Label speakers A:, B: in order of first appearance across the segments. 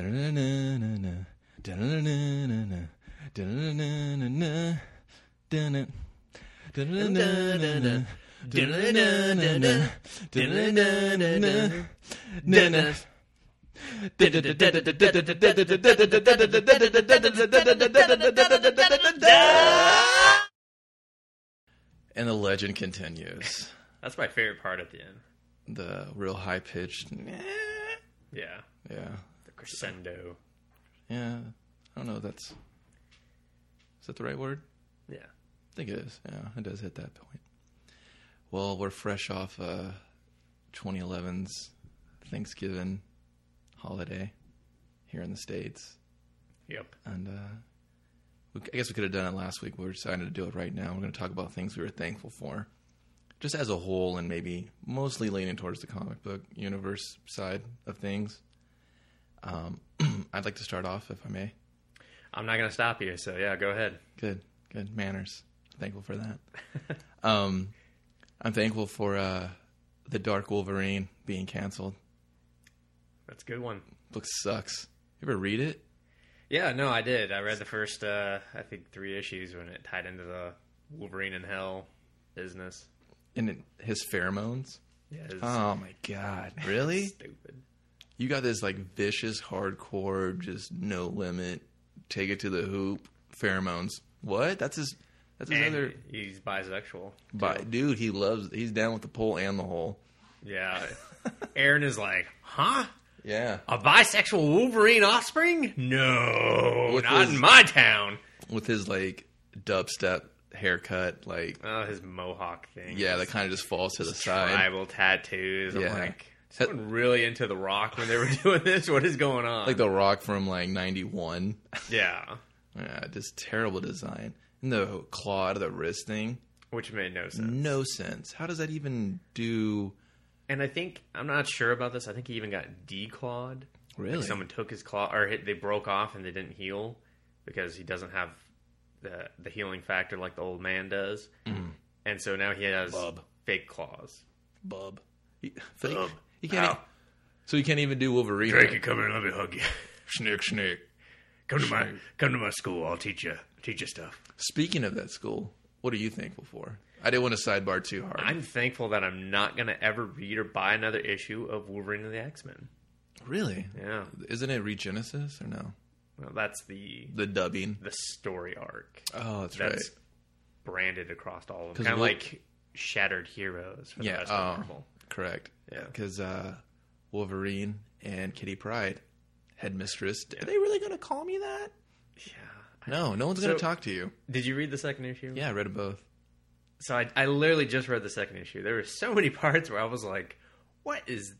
A: Da-na-na-na-na-na. Da-na-na-na-na-na. Da-na-na-na-na-na. Da-na. Da-na-na-na-na. Da-na-na-na-na. Da-na-na-na-na. Da-na. And the legend continues.
B: That's my favorite part at the end.
A: The real high pitched.
B: Yeah.
A: Yeah.
B: The crescendo.
A: Yeah. I don't know. if That's. Is that the right word?
B: Yeah.
A: I think it is. Yeah. It does hit that point. Well, we're fresh off uh, 2011's Thanksgiving holiday here in the States.
B: Yep.
A: And uh, we, I guess we could have done it last week. but We're deciding to do it right now. We're going to talk about things we were thankful for, just as a whole, and maybe mostly leaning towards the comic book universe side of things. Um, I'd like to start off, if I may.
B: I'm not going to stop you, so yeah, go ahead.
A: Good, good manners. Thankful for that. um, I'm thankful for uh, the Dark Wolverine being canceled.
B: That's a good one.
A: Book sucks. You ever read it?
B: Yeah, no, I did. I read the first, uh, I think, three issues when it tied into the Wolverine in Hell business.
A: And it, his pheromones.
B: Yeah, it's
A: Oh my god! Really?
B: stupid.
A: you got this like vicious, hardcore, just no limit, take it to the hoop pheromones. What? That's his. That's his
B: And
A: other.
B: he's bisexual.
A: Bi- dude, he loves. He's down with the pole and the hole.
B: Yeah. Aaron is like, huh?
A: Yeah,
B: A bisexual Wolverine offspring? No,
A: With
B: not
A: his-
B: in my town.
A: with his like dubstep haircut, like
B: Oh, his mohawk thing.
A: yeah, that kind of just falls to the side.
B: tribal tattoos.
A: Uh, Yeah. Uh,
B: I'm like,
A: That-
B: someone really into the Rock when they were doing this. What is going on?
A: Like the rock from like '91.
B: yeah,
A: yeah, just terrible design. And the claw out of the wrist thing,
B: which made no sense.
A: no sense. How does that even do?
B: And I think I'm not sure about this. I think he even got declawed.
A: Really?
B: Like someone took his claw, or hit, they broke off and they didn't heal because he doesn't have the the healing factor like the old man does.
A: Mm-hmm.
B: And so now he has
A: Bub.
B: fake claws.
A: Bub. He, fake. He can't. e- So he can't even do Wolverine.
B: come here. Let me hug you.
A: Snick, snick.
B: Come to my come to my school. I'll teach you teach you stuff.
A: Speaking of that school, what are you thankful for? I didn't want to sidebar too hard.
B: I'm thankful that I'm not gonna ever read or buy another issue of Wolverine and the X Men.
A: really?
B: Yeah,
A: Isn't it Regenesis or no?
B: well, that's the
A: The dubbing.
B: the story arc
A: Oh, that's, right.
B: that's branded across all of them,
A: 'Cause
B: kind of
A: Wol-
B: like Shattered Heroes for the
A: Yeah.
B: rest of
A: Oh,
B: Marvel.
A: correct.
B: Yeah.
A: Because uh, Wolverine and Kitty Pride, headmistress. Are they really going to call me that?
B: Yeah.
A: No, no one's going
B: So-
A: to talk to you.
B: Did you read the second issue?
A: Yeah, I read them both.
B: So I, I literally just read the second issue. There were so many parts where I was like, "What is,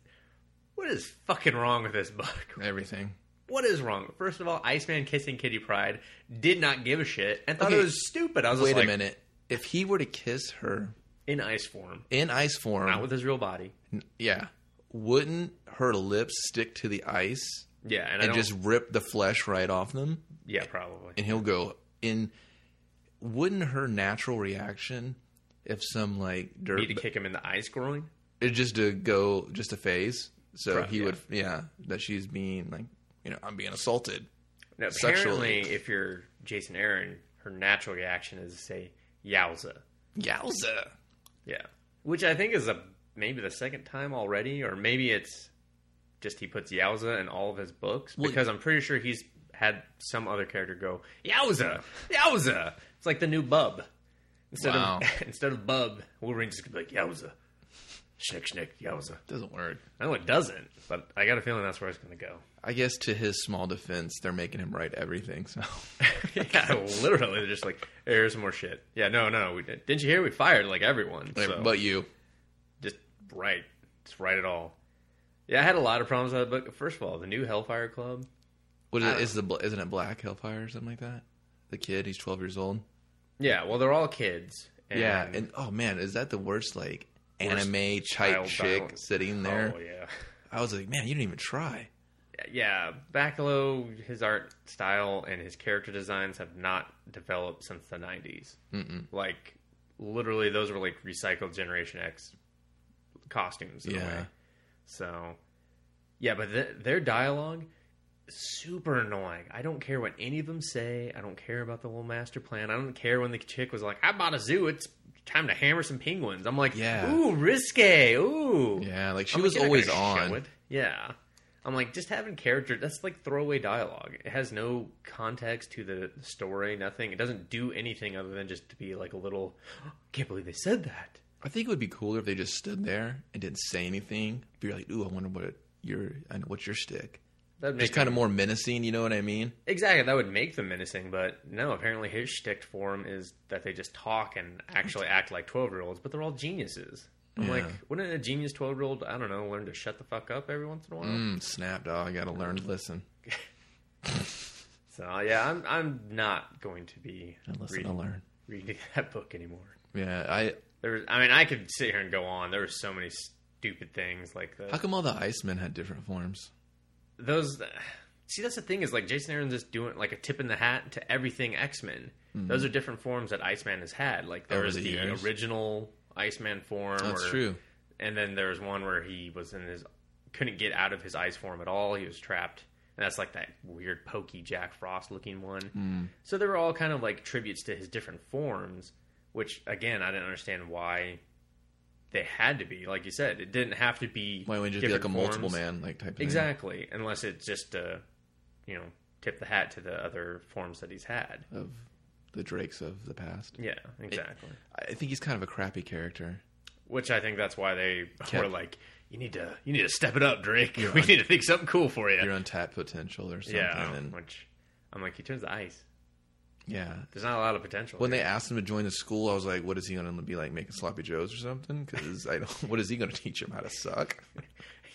B: what is fucking wrong with this book?
A: Everything.
B: What is wrong?" First of all, Iceman kissing Kitty Pride did not give a shit and thought
A: Okay.
B: it was stupid. I was
A: Wait
B: just like,
A: a minute. If he were to kiss her
B: in ice form,
A: in ice form,
B: not with his real body.
A: yeah, wouldn't her lips stick to the ice?
B: Yeah, and,
A: and
B: I don't,
A: just rip the flesh right off them
B: yeah, probably.
A: and he'll go in wouldn't her natural reaction if some like
B: Need
A: dirt
B: to kick him in the ice groin.
A: it's just to go just a phase so
B: Pro-
A: he
B: yeah.
A: would yeah that she's being like you know i'm being assaulted
B: No,
A: Sexually.
B: apparently, if you're Jason Aaron, her natural reaction is to say "yowza."
A: yowza
B: Yeah, which I think is a maybe the second time already, or maybe it's just he puts Yowza in all of his books
A: Well-
B: because I'm pretty sure he's had some other character go Yowza, Yowza. It's like the new Bub. Instead
A: Wow.
B: of instead of Bub, Wolverine just could be like Yowza, Schnick Schnick Yowza.
A: doesn't work
B: No, it doesn't. But I got a feeling that's where it's going to go.
A: i guess to his small defense they're making him write everything so
B: yeah, literally, they're just like, here's some more shit. Yeah, no, no, we didn't. Didn't you hear? We fired like everyone. so.
A: but you
B: just right, just right at all. Yeah, I had a lot of problems with that book. First of all, the new Hellfire Club.
A: what is, it, is the bl- isn't it black hellfire or something like that the kid he's 12 years old
B: Yeah, well, they're all kids. And
A: yeah and oh man is that the worst like
B: Worst
A: anime type
B: child
A: chick
B: violence.
A: sitting there
B: Oh yeah,
A: I was like, man, you didn't even try.
B: yeah. Bacalo, his art style and his character designs have not developed since the '90s. Mm-mm. Like literally, those were like recycled Generation X costumes in a
A: Yeah.
B: way. So, yeah, but th- their dialogue super annoying. I don't care what any of them say. I don't care about the little master plan. I don't care when the chick was like, "I bought a zoo. It's time to hammer some penguins." I'm like,
A: Yeah.
B: ooh, risque. Ooh,
A: Yeah, like she
B: I'm like,
A: was
B: "You're not
A: always
B: gonna show
A: on.
B: it." Yeah, I'm like, just having character. That's like throwaway dialogue. It has no context to the story. Nothing. It doesn't do anything other than just to be like a little. Can't believe they said that.
A: I think it would be cooler if they just stood there and didn't say anything. Be like, ooh, I wonder what your I know what's your stick.
B: That
A: It's
B: makes
A: kind of more menacing, you know what I mean?
B: Exactly, that would make them menacing, but no, apparently his shtick for 'em is that they just talk and actually act like 12 year olds, but they're all geniuses. I'm
A: Yeah.
B: like, wouldn't a genius 12 year old, I don't know, learn to shut the fuck up every once in a while?
A: Mm, snap, dog. I gotta learn to listen.
B: So, yeah, I'm, I'm not going to be
A: I listen to
B: reading,
A: learn.
B: reading that book anymore.
A: Yeah, I.
B: There was, I mean, I could sit here and go on. There were so many stupid things like the,
A: How come all the Icemen had different forms?
B: those see that's the thing is like jason aaron's just doing like a tip in the hat to everything x-men those are different forms that iceman has had like there
A: Mm-hmm. Over
B: was
A: the
B: the,
A: years.
B: original iceman form
A: That's
B: or-
A: true.
B: and then there was one where he was in his couldn't get out of his ice form at all he was trapped and that's like that weird pokey jack frost looking one
A: Mm.
B: so they were all kind of like tributes to his different forms which again i didn't understand why they had to be like you said it didn't have to be
A: Why wouldn't you just be like a
B: different
A: multiple
B: forms.
A: man like type of
B: Exactly, unless it's just uh, you know, tip the hat to the other forms that he's had.
A: thing of the Drakes of the past?
B: Yeah, exactly.
A: I think he's kind of a crappy character.
B: Which I think that's why they
A: Kept-
B: were like, you need to you need to step it up, Drake. we need to think something cool for you.
A: Your untapped potential or something.
B: Yeah,
A: And
B: which I'm like, he turns the ice.
A: yeah.
B: There's not a lot of potential.
A: When they asked him to join the school, I was like, "What is he going to be like making sloppy joes or something?" Because I don't. What is he going to teach him how to suck?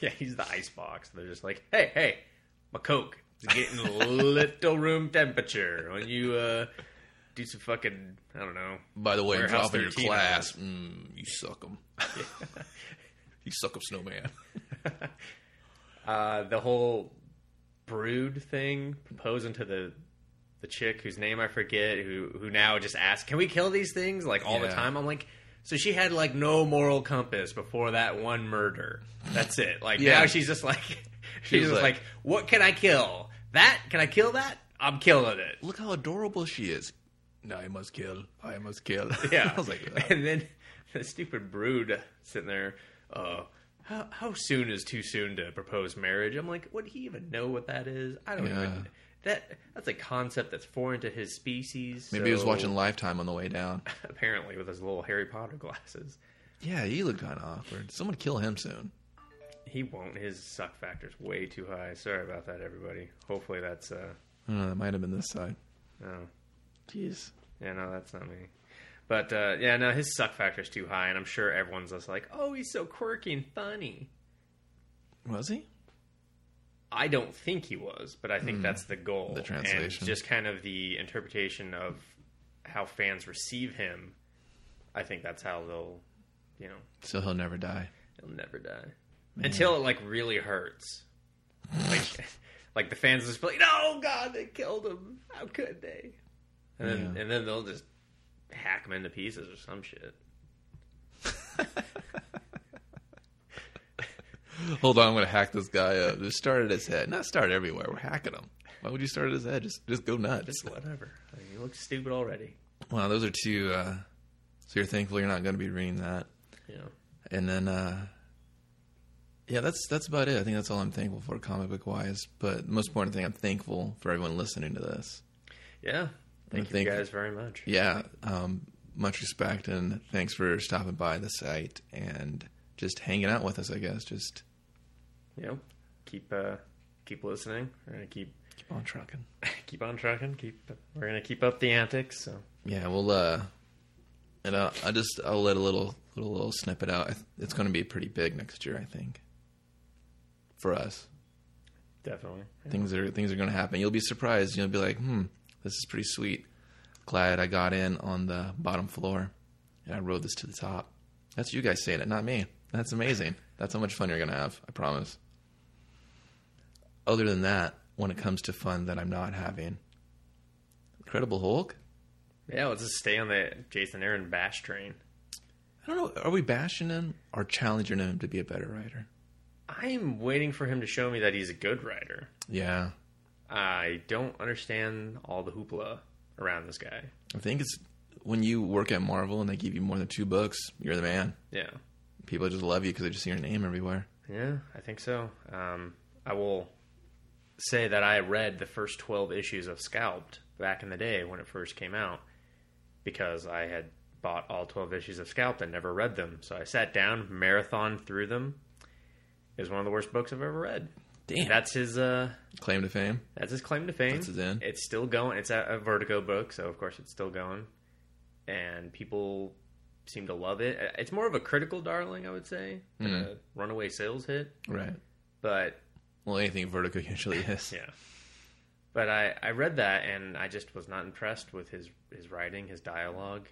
B: yeah, he's the ice box. They're just like, hey, hey, my coke. It's getting little room temperature. When you uh, do some fucking, I don't know,
A: By the way, I'm
B: Warehouse
A: dropping your
B: 13
A: class. Mm, you suck him. you suck him, snowman.
B: uh, the whole brood thing proposing to the the chick whose name I forget who who now just asks, "Can we kill these things?" like all
A: Yeah.
B: the time. I'm like, so she had like no moral compass before that one murder. That's it. Like
A: Yeah.
B: now she's just like she's
A: was
B: just
A: like-
B: like, "What can I kill? That can I kill that? I'm killing it."
A: Look how adorable she is. No, I must kill. I must kill.
B: Yeah.
A: I was like, "Oh,
B: and then the stupid brood sitting there, uh, how, how soon is too soon to propose marriage? I'm like, would he even know what that is? I don't
A: Yeah.
B: even. That that's a concept that's foreign to his species.
A: maybe he was
B: so-
A: watching Lifetime on the way down.
B: apparently with his little Harry Potter glasses.
A: Yeah, he looked kind of awkward. Someone kill him soon.
B: He won't. His suck factor's way too high. Sorry about that, everybody. Hopefully that's uh,
A: I don't know. That might have been this side.
B: oh,
A: Jeez.
B: yeah, no, that's not me. But uh, yeah, no, his suck factor's too high, and I'm sure everyone's just like, oh, he's so quirky and funny.
A: Was he?
B: I don't think he was, but I think that's the goal.
A: Hmm. The translation.
B: and just kind of the interpretation of how fans receive him. I think that's how they'll, you know,
A: So he'll never die.
B: he'll never die until it like really hurts. Like, like the fans just be like, "No, God, they killed him. How could they?" And then,
A: Yeah.
B: and then they'll just hack him into pieces or some shit.
A: Hold on, I'm gonna hack this guy up. Just start at his head. Not start everywhere. We're hacking him. Why would you start at his head? Just just go nuts.
B: Just whatever. I mean, he looks stupid already.
A: Wow, those are two. Uh, so you're thankful you're not gonna be reading that.
B: You know.
A: And then, uh, yeah, that's that's about it. I think that's all I'm thankful for, comic book wise. But the most important thing, I'm thankful for everyone listening to this.
B: Yeah. Thank you
A: think-
B: guys very much.
A: Yeah, um, much respect and thanks for stopping by the site and just hanging out with us. I guess just
B: you know, keep uh, keep listening. We're gonna keep
A: keep on trucking.
B: keep on trucking. Keep we're gonna keep up the antics. So
A: Yeah, well, uh, and I'll, I'll just I'll let a little little little snippet out. I th- It's going to be pretty big next year, I think. For us,
B: definitely,
A: things are things are going to happen. You'll be surprised. You'll be like, hmm, this is pretty sweet. Glad I got in on the bottom floor, and I rode this to the top. That's you guys saying it, not me. That's amazing. That's how much fun you're going to have. I promise. Other than that, when it comes to fun that I'm not having, Incredible Hulk.
B: yeah. Let's just stay on the Jason Aaron bash train.
A: I don't know. Are we bashing him or challenging him to be a better writer?
B: I'm waiting for him to show me that he's a good writer.
A: Yeah.
B: I don't understand all the hoopla around this guy.
A: I think it's when you work at Marvel and they give you more than two books, you're the man.
B: Yeah.
A: People just love you because they just see your name everywhere.
B: Yeah, I think so. Um, I will say that I read the first 12 issues of Scalped back in the day when it first came out because I had bought all 12 issues of Scalped and never read them. So I sat down, marathon through them. It was one of the worst books I've ever read.
A: Damn.
B: That's his uh
A: Claim to fame.
B: that's his claim to fame.
A: That's his end.
B: It's still going. It's a, a Vertigo book, so of course it's still going. And people seem to love it. Uh, It's more of a critical darling, I would say, than
A: Mm-hmm.
B: a runaway sales hit.
A: Right.
B: But
A: Well, anything Vertigo usually is.
B: yeah. But I, I read that and I just was not impressed with his, his writing, his dialogue.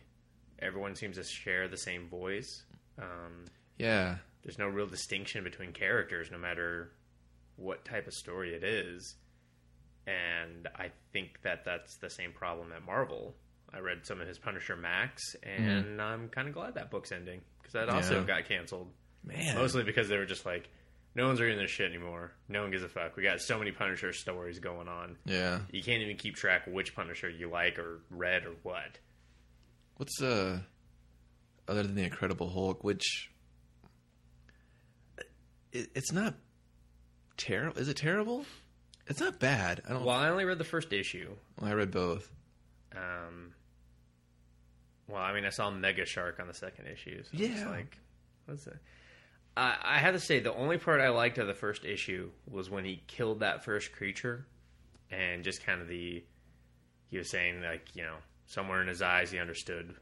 B: Everyone seems to share the same voice. Um,
A: yeah.
B: there's no real distinction between characters, no matter what type of story it is. And I think that that's the same problem at Marvel. I read some of his Punisher Max, and I'm kind of glad that book's ending because that also
A: Yeah.
B: got canceled.
A: Man.
B: Mostly because they were just like, no one's reading this shit anymore. No one gives a fuck. We got so many Punisher stories going on.
A: yeah.
B: You can't even keep track of which Punisher you like or read or what.
A: What's uh other than the Incredible Hulk, which uh, it, it's not terrible. Is it terrible? It's not bad. I don't.
B: Well, I only read the first issue.
A: I read both.
B: Um, well, I mean, I saw Mega Shark on the second issue. So yeah.
A: Yeah.
B: like, what's that? I, I have to say, the only part I liked of the first issue was when he killed that first creature and just kind of the. He was saying, like, you know, somewhere in his eyes, he understood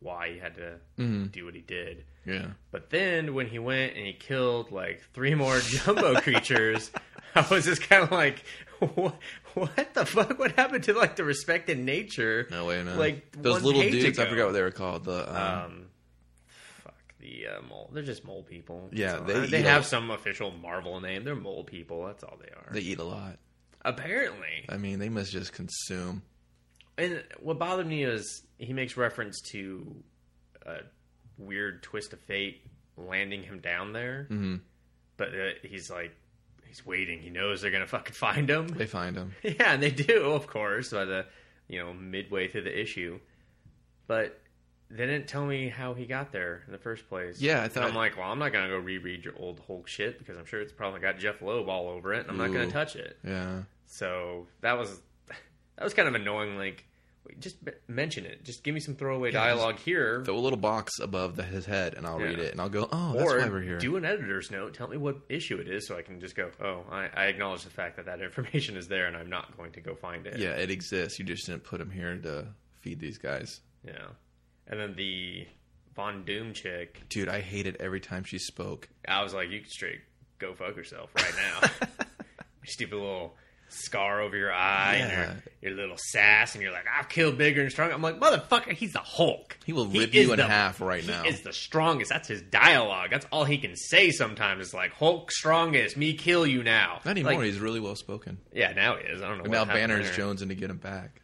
B: why he had to do what he did.
A: Yeah.
B: But then when he went and he killed like three more jumbo creatures, I was just kind of like, what, what the fuck? What happened to like the respect in nature?
A: No way. No.
B: Like
A: those
B: one
A: little
B: page
A: dudes. I
B: ago.
A: forgot what they were called. The um,
B: Um, fuck the uh, mole. They're just mole people.
A: Yeah,
B: So,
A: they
B: uh,
A: eat
B: they
A: a-
B: have some official Marvel name. They're mole people. That's all they are.
A: they eat a lot.
B: Apparently,
A: I mean, they must just consume.
B: and what bothered me is he makes reference to a weird twist of fate landing him down there.
A: Mhm.
B: But uh, he's like, he's waiting. He knows they're gonna fucking find him.
A: They find them.
B: yeah, and they do, of course, by the you know midway through the issue. But they didn't tell me how he got there in the first place.
A: Yeah, I
B: And
A: thought-
B: I'm like, well, I'm not gonna go reread your old Hulk shit because I'm sure it's probably got Jeff Loeb all over it, and I'm not gonna
A: Ooh.
B: touch it.
A: Yeah.
B: So that was that was kind of annoying. Like, wait, just m- mention it. Just give me some throwaway dialogue here,
A: Throw a little box above the, his head, and I'll read
B: Yeah.
A: it, and I'll go, "Oh, that's why we're
B: or
A: here."
B: do an editor's note. Tell me what issue it is, so I can just go. Oh, I, I acknowledge the fact that that information is there, and I'm not going to go find it.
A: yeah, it exists. You just didn't put him here to feed these guys.
B: Yeah. And then the Von Doom chick,
A: Dude, I hated every time she spoke.
B: I was like, you can straight go fuck yourself right now. your stupid little scar over your eye and your, your little sass, and you're like, I've killed bigger and stronger. I'm like, motherfucker, he's the Hulk.
A: He will
B: He
A: rip
B: is
A: you in
B: the-
A: half right
B: He
A: now.
B: is the strongest. That's his dialogue. That's all he can say sometimes. It's like, Hulk strongest, me kill you now.
A: Not anymore.
B: Like,
A: he's really well spoken.
B: yeah, now he is. I don't know.
A: And
B: what
A: now
B: happened
A: Banner is
B: there.
A: jonesing to get him back.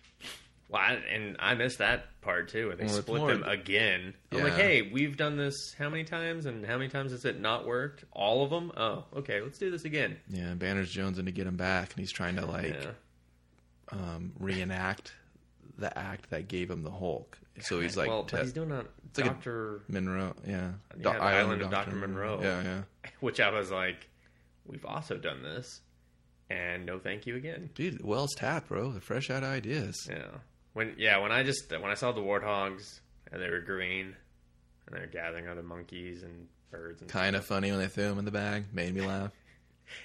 B: Well, I, and I missed that part too. Where they
A: Well, it's
B: split
A: more-
B: them again. I'm like,
A: Yeah.
B: hey, we've done this how many times, and how many times has it not worked? All of them. Oh, okay, let's do this again.
A: Yeah, Banner's jonesing to get him back, and he's trying to like
B: Yeah.
A: um, reenact the act that gave him the Hulk. So he's like
B: well,
A: te-
B: but he's doing a
A: like a-
B: Doctor,
A: Monroe. Yeah,
B: Yeah,
A: Do-
B: the Island of Dr. Monroe.
A: Yeah, yeah.
B: which I was like, we've also done this, and no, thank you again.
A: Dude, Wells Tap, bro. The fresh out of ideas.
B: Yeah. When yeah, when I just when I saw the warthogs and they were green, and they were gathering other monkeys and birds and
A: Kind of funny when they threw him in the bag. Made me laugh.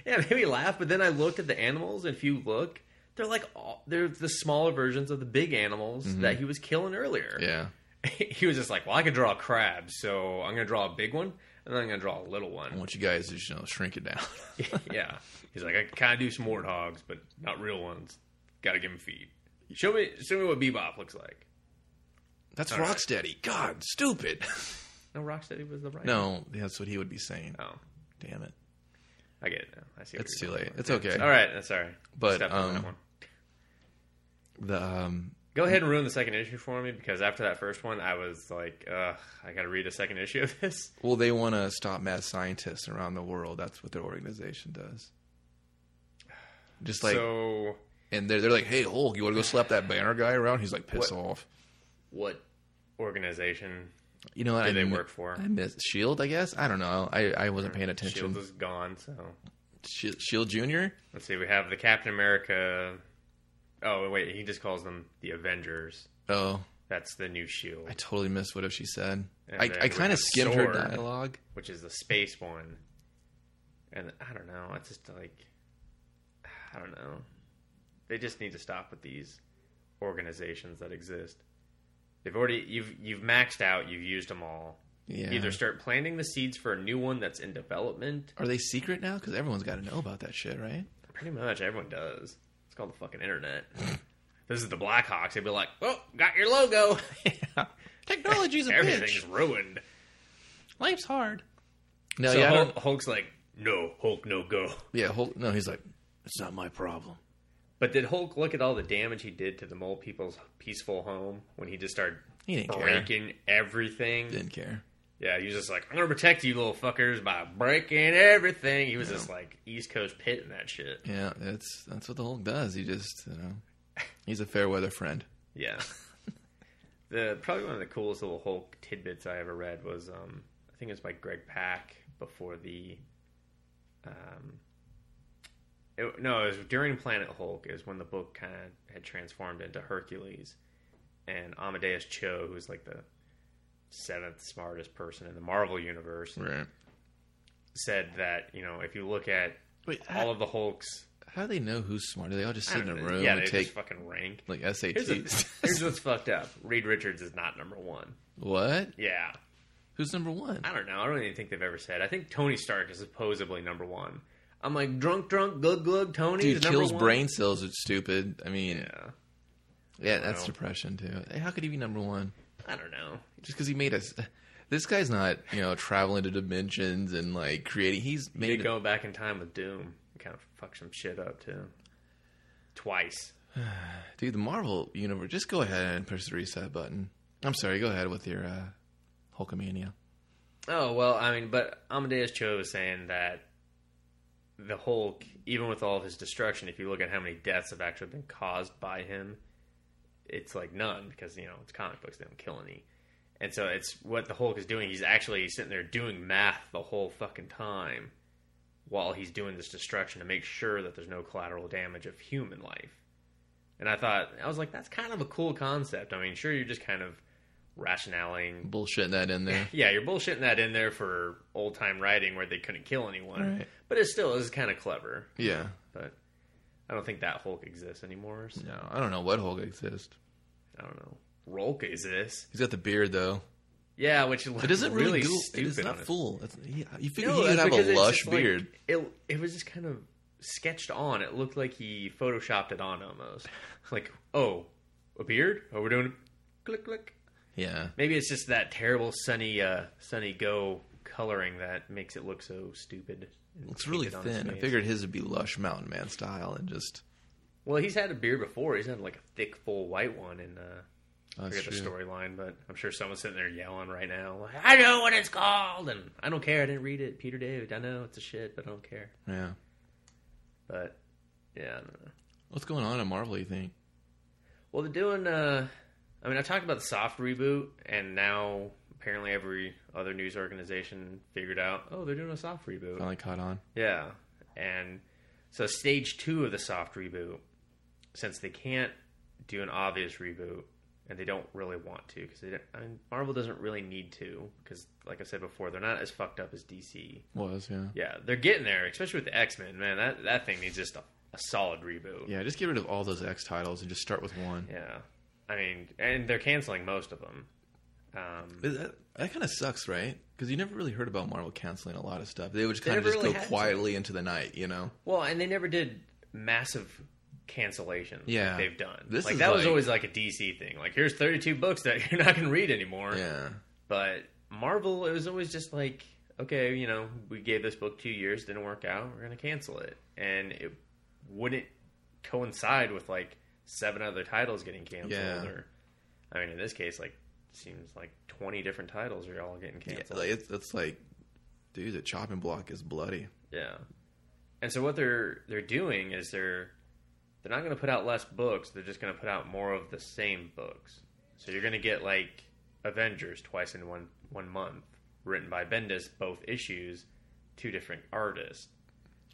B: Yeah, it made me laugh. But then I looked at the animals. If you look, they're like all, they're the smaller versions of the big animals that he was killing earlier.
A: Mm-hmm. Yeah.
B: he was just like, "Well, I could draw a crab, so I'm gonna draw a big one, and then I'm gonna draw a little
A: I
B: one."
A: want you guys to just, you know, shrink it down.
B: yeah, he's like, "I can kind of do some warthogs, but not real ones. Got to give him feet. Show me, show me what Bebop looks like."
A: That's
B: right.
A: Rocksteady. God, stupid.
B: No, Rocksteady was the right.
A: no, that's what he would be saying.
B: Oh,
A: Damn it.
B: I get it. Now. I see. what
A: It's
B: you're
A: too
B: going
A: late.
B: for.
A: It's okay.
B: All right. That's all right.
A: But,
B: Stepped on
A: um,
B: that one.
A: The um,
B: Go ahead and ruin the second issue for me because after that first one, I was like, ugh, I got to read a second issue of this.
A: Well, they want to stop mad scientists around the world. That's what their organization does. Just like
B: so
A: and they're they're like, "Hey Hulk, you want to go slap that banner guy around?" He's like, "Piss off."
B: What organization?
A: You know what?
B: Do
A: I
B: they
A: mi-
B: work for?
A: I miss Shield. I guess I don't know. I, I wasn't paying attention.
B: Shield is gone, so
A: Shield, Shield E Junior.
B: let's see. We have the Captain America. Oh wait, he just calls them the Avengers.
A: Oh,
B: That's the new Shield,
A: I totally missed what she said.
B: And
A: I,
B: then
A: I
B: we
A: kind of
B: have
A: skimmed
B: Sword.
A: her dialogue.
B: which is the space one. And I don't know. It's just like I don't know. They just need to stop with these organizations that exist. They've already you've you've maxed out. You've used them all.
A: Yeah.
B: Either start planting the seeds for a new one that's in development.
A: Are they secret now? Because everyone's got to know about that shit, right?
B: Pretty much everyone does. It's called the fucking internet. this is the Blackhawks. They'd be like, "Oh, got your logo.
A: Technology's a
B: Everything's
A: bitch.
B: ruined."
A: Life's hard. No,
B: so
A: Oh, yeah, I
B: Hulk,
A: don't-
B: Hulk's like, "No, Hulk, no go."
A: yeah. Hulk, no, he's like, it's not my problem.
B: But did Hulk look at all the damage he did to the mole people's peaceful home when he just started
A: He didn't
B: Oh,
A: care.
B: breaking everything?
A: Didn't care.
B: Yeah, he was just like, "I'm gonna protect you, little fuckers, by breaking everything." He was just like East Coast pit and that shit.
A: Yeah, that's that's what the Hulk does. He just, you know, he's a fair weather friend.
B: Yeah. the probably one of the coolest little Hulk tidbits I ever read was um I think it was by Greg Pack before the um it, no, it was during Planet Hulk is when the book kind of had transformed into Hercules, and Amadeus Cho, who's like the seventh smartest person in the Marvel universe,
A: Right.
B: said that you know if you look at
A: Wait,
B: all
A: how,
B: of the Hulks,
A: how do they know who's smart? Do they all just
B: I
A: sit in a
B: don't know,
A: room
B: yeah,
A: and
B: they
A: take
B: just fucking rank.
A: like
B: Here's, a-
A: SATs?
B: here's what's fucked up: Reed Richards is not number one.
A: what?
B: Yeah.
A: Who's number one?
B: I don't know. I don't even think they've ever said. I think Tony Stark is supposedly number one. I'm like drunk, drunk, glug, glug. Tony
A: Dude
B: is number
A: kills
B: one.
A: brain cells. It's stupid. I mean, yeah,
B: Yeah,
A: that's
B: Wow.
A: depression too. Hey, How could he be number one?
B: I don't know.
A: Just because he made us. This guy's not, you know, traveling to dimensions and like creating. He's
B: They
A: made.
B: go back in time with Doom. Kind of fuck some shit up too. Twice.
A: Dude, the Marvel universe. Just go ahead and push the reset button. I'm sorry. Go ahead with your uh, Hulkamania.
B: Oh well, I mean, but Amadeus Cho was saying that the Hulk, even with all of his destruction, if you look at how many deaths have actually been caused by him, it's like none because you know it's comic books; they don't kill any. And so it's what the Hulk is doing. He's actually sitting there doing math the whole fucking time while he's doing this destruction to make sure that there's no collateral damage of human life. And I thought I was like, that's kind of a cool concept. I mean, sure, you're just kind of rationaling
A: Bullshit that in there.
B: yeah, you're bullshitting that in there for old time writing where they couldn't kill anyone.
A: Right.
B: But it still is kind of clever.
A: Yeah.
B: But I don't think that Hulk exists anymore. So
A: No, I don't know what Hulk exists.
B: I don't know. Rolk exists.
A: He's got the beard though.
B: Yeah, which looks
A: It doesn't
B: really
A: really. go-
B: stupid.
A: it is
B: on
A: not
B: it.
A: full. That's, he, you figure
B: No,
A: he would
B: it's
A: have
B: because
A: a
B: it's
A: lush
B: just like-
A: beard.
B: it it was just kind of sketched on. It looked like he photoshopped it on almost. like, oh, a beard? Oh, we're doing click click.
A: yeah.
B: Maybe it's just that terrible sunny uh, sunny go coloring that makes it look so stupid.
A: Looks really
B: Painted on his
A: thin. I
B: face.
A: figured his would be lush mountain man style and just.
B: Well, he's had a beard before. He's had like a thick, full white one, and uh, I
A: That's
B: forget the
A: true.
B: storyline, but I'm sure someone's sitting there yelling right now. Like, I know what it's called, and I don't care. I didn't read it, Peter David. I know it's a shit, but I don't care.
A: Yeah.
B: But yeah, I don't know.
A: What's going on at Marvel? You think?
B: Well, they're doing. Uh, I mean, I talked about the soft reboot, and now apparently every other news organization figured out. Oh, they're doing a soft reboot.
A: Finally caught on.
B: Yeah. And so stage two of the soft reboot, since they can't do an obvious reboot, and they don't really want to, because I mean, Marvel doesn't really need to, because like I said before, they're not as fucked up as DC.
A: Was yeah.
B: Yeah, they're getting there, especially with the X Men. Man, that that thing needs just a, a solid reboot.
A: Yeah, just get rid of all those X titles and just start with one.
B: Yeah. I mean, and they're canceling most of them. Um,
A: Is That, that kind of sucks, right? Because you never really heard about Marvel canceling a lot of stuff. They would just kind of
B: never
A: just
B: really
A: go
B: had to.
A: quietly into the night, you know?
B: Well, and they never did massive cancellations.
A: Yeah.
B: like they've done.
A: This
B: like
A: is
B: that was
A: like-
B: always like a DC thing. Like here's 32 books that you're not going to read anymore.
A: Yeah.
B: But Marvel, it was always just like, okay, you know, we gave this book two years, didn't work out, we're going to cancel it, and it wouldn't coincide with like seven other titles getting canceled.
A: Yeah.
B: Or, I mean, in this case, like seems like 20 different titles are all getting
A: yeah
B: canceled.
A: like, it's, it's like, dude, the chopping block is bloody.
B: Yeah. And so what they're they're doing is they're they're not going to put out less books. They're just going to put out more of the same books. So you're going to get like Avengers twice in one one month, written by Bendis, both issues, two different artists,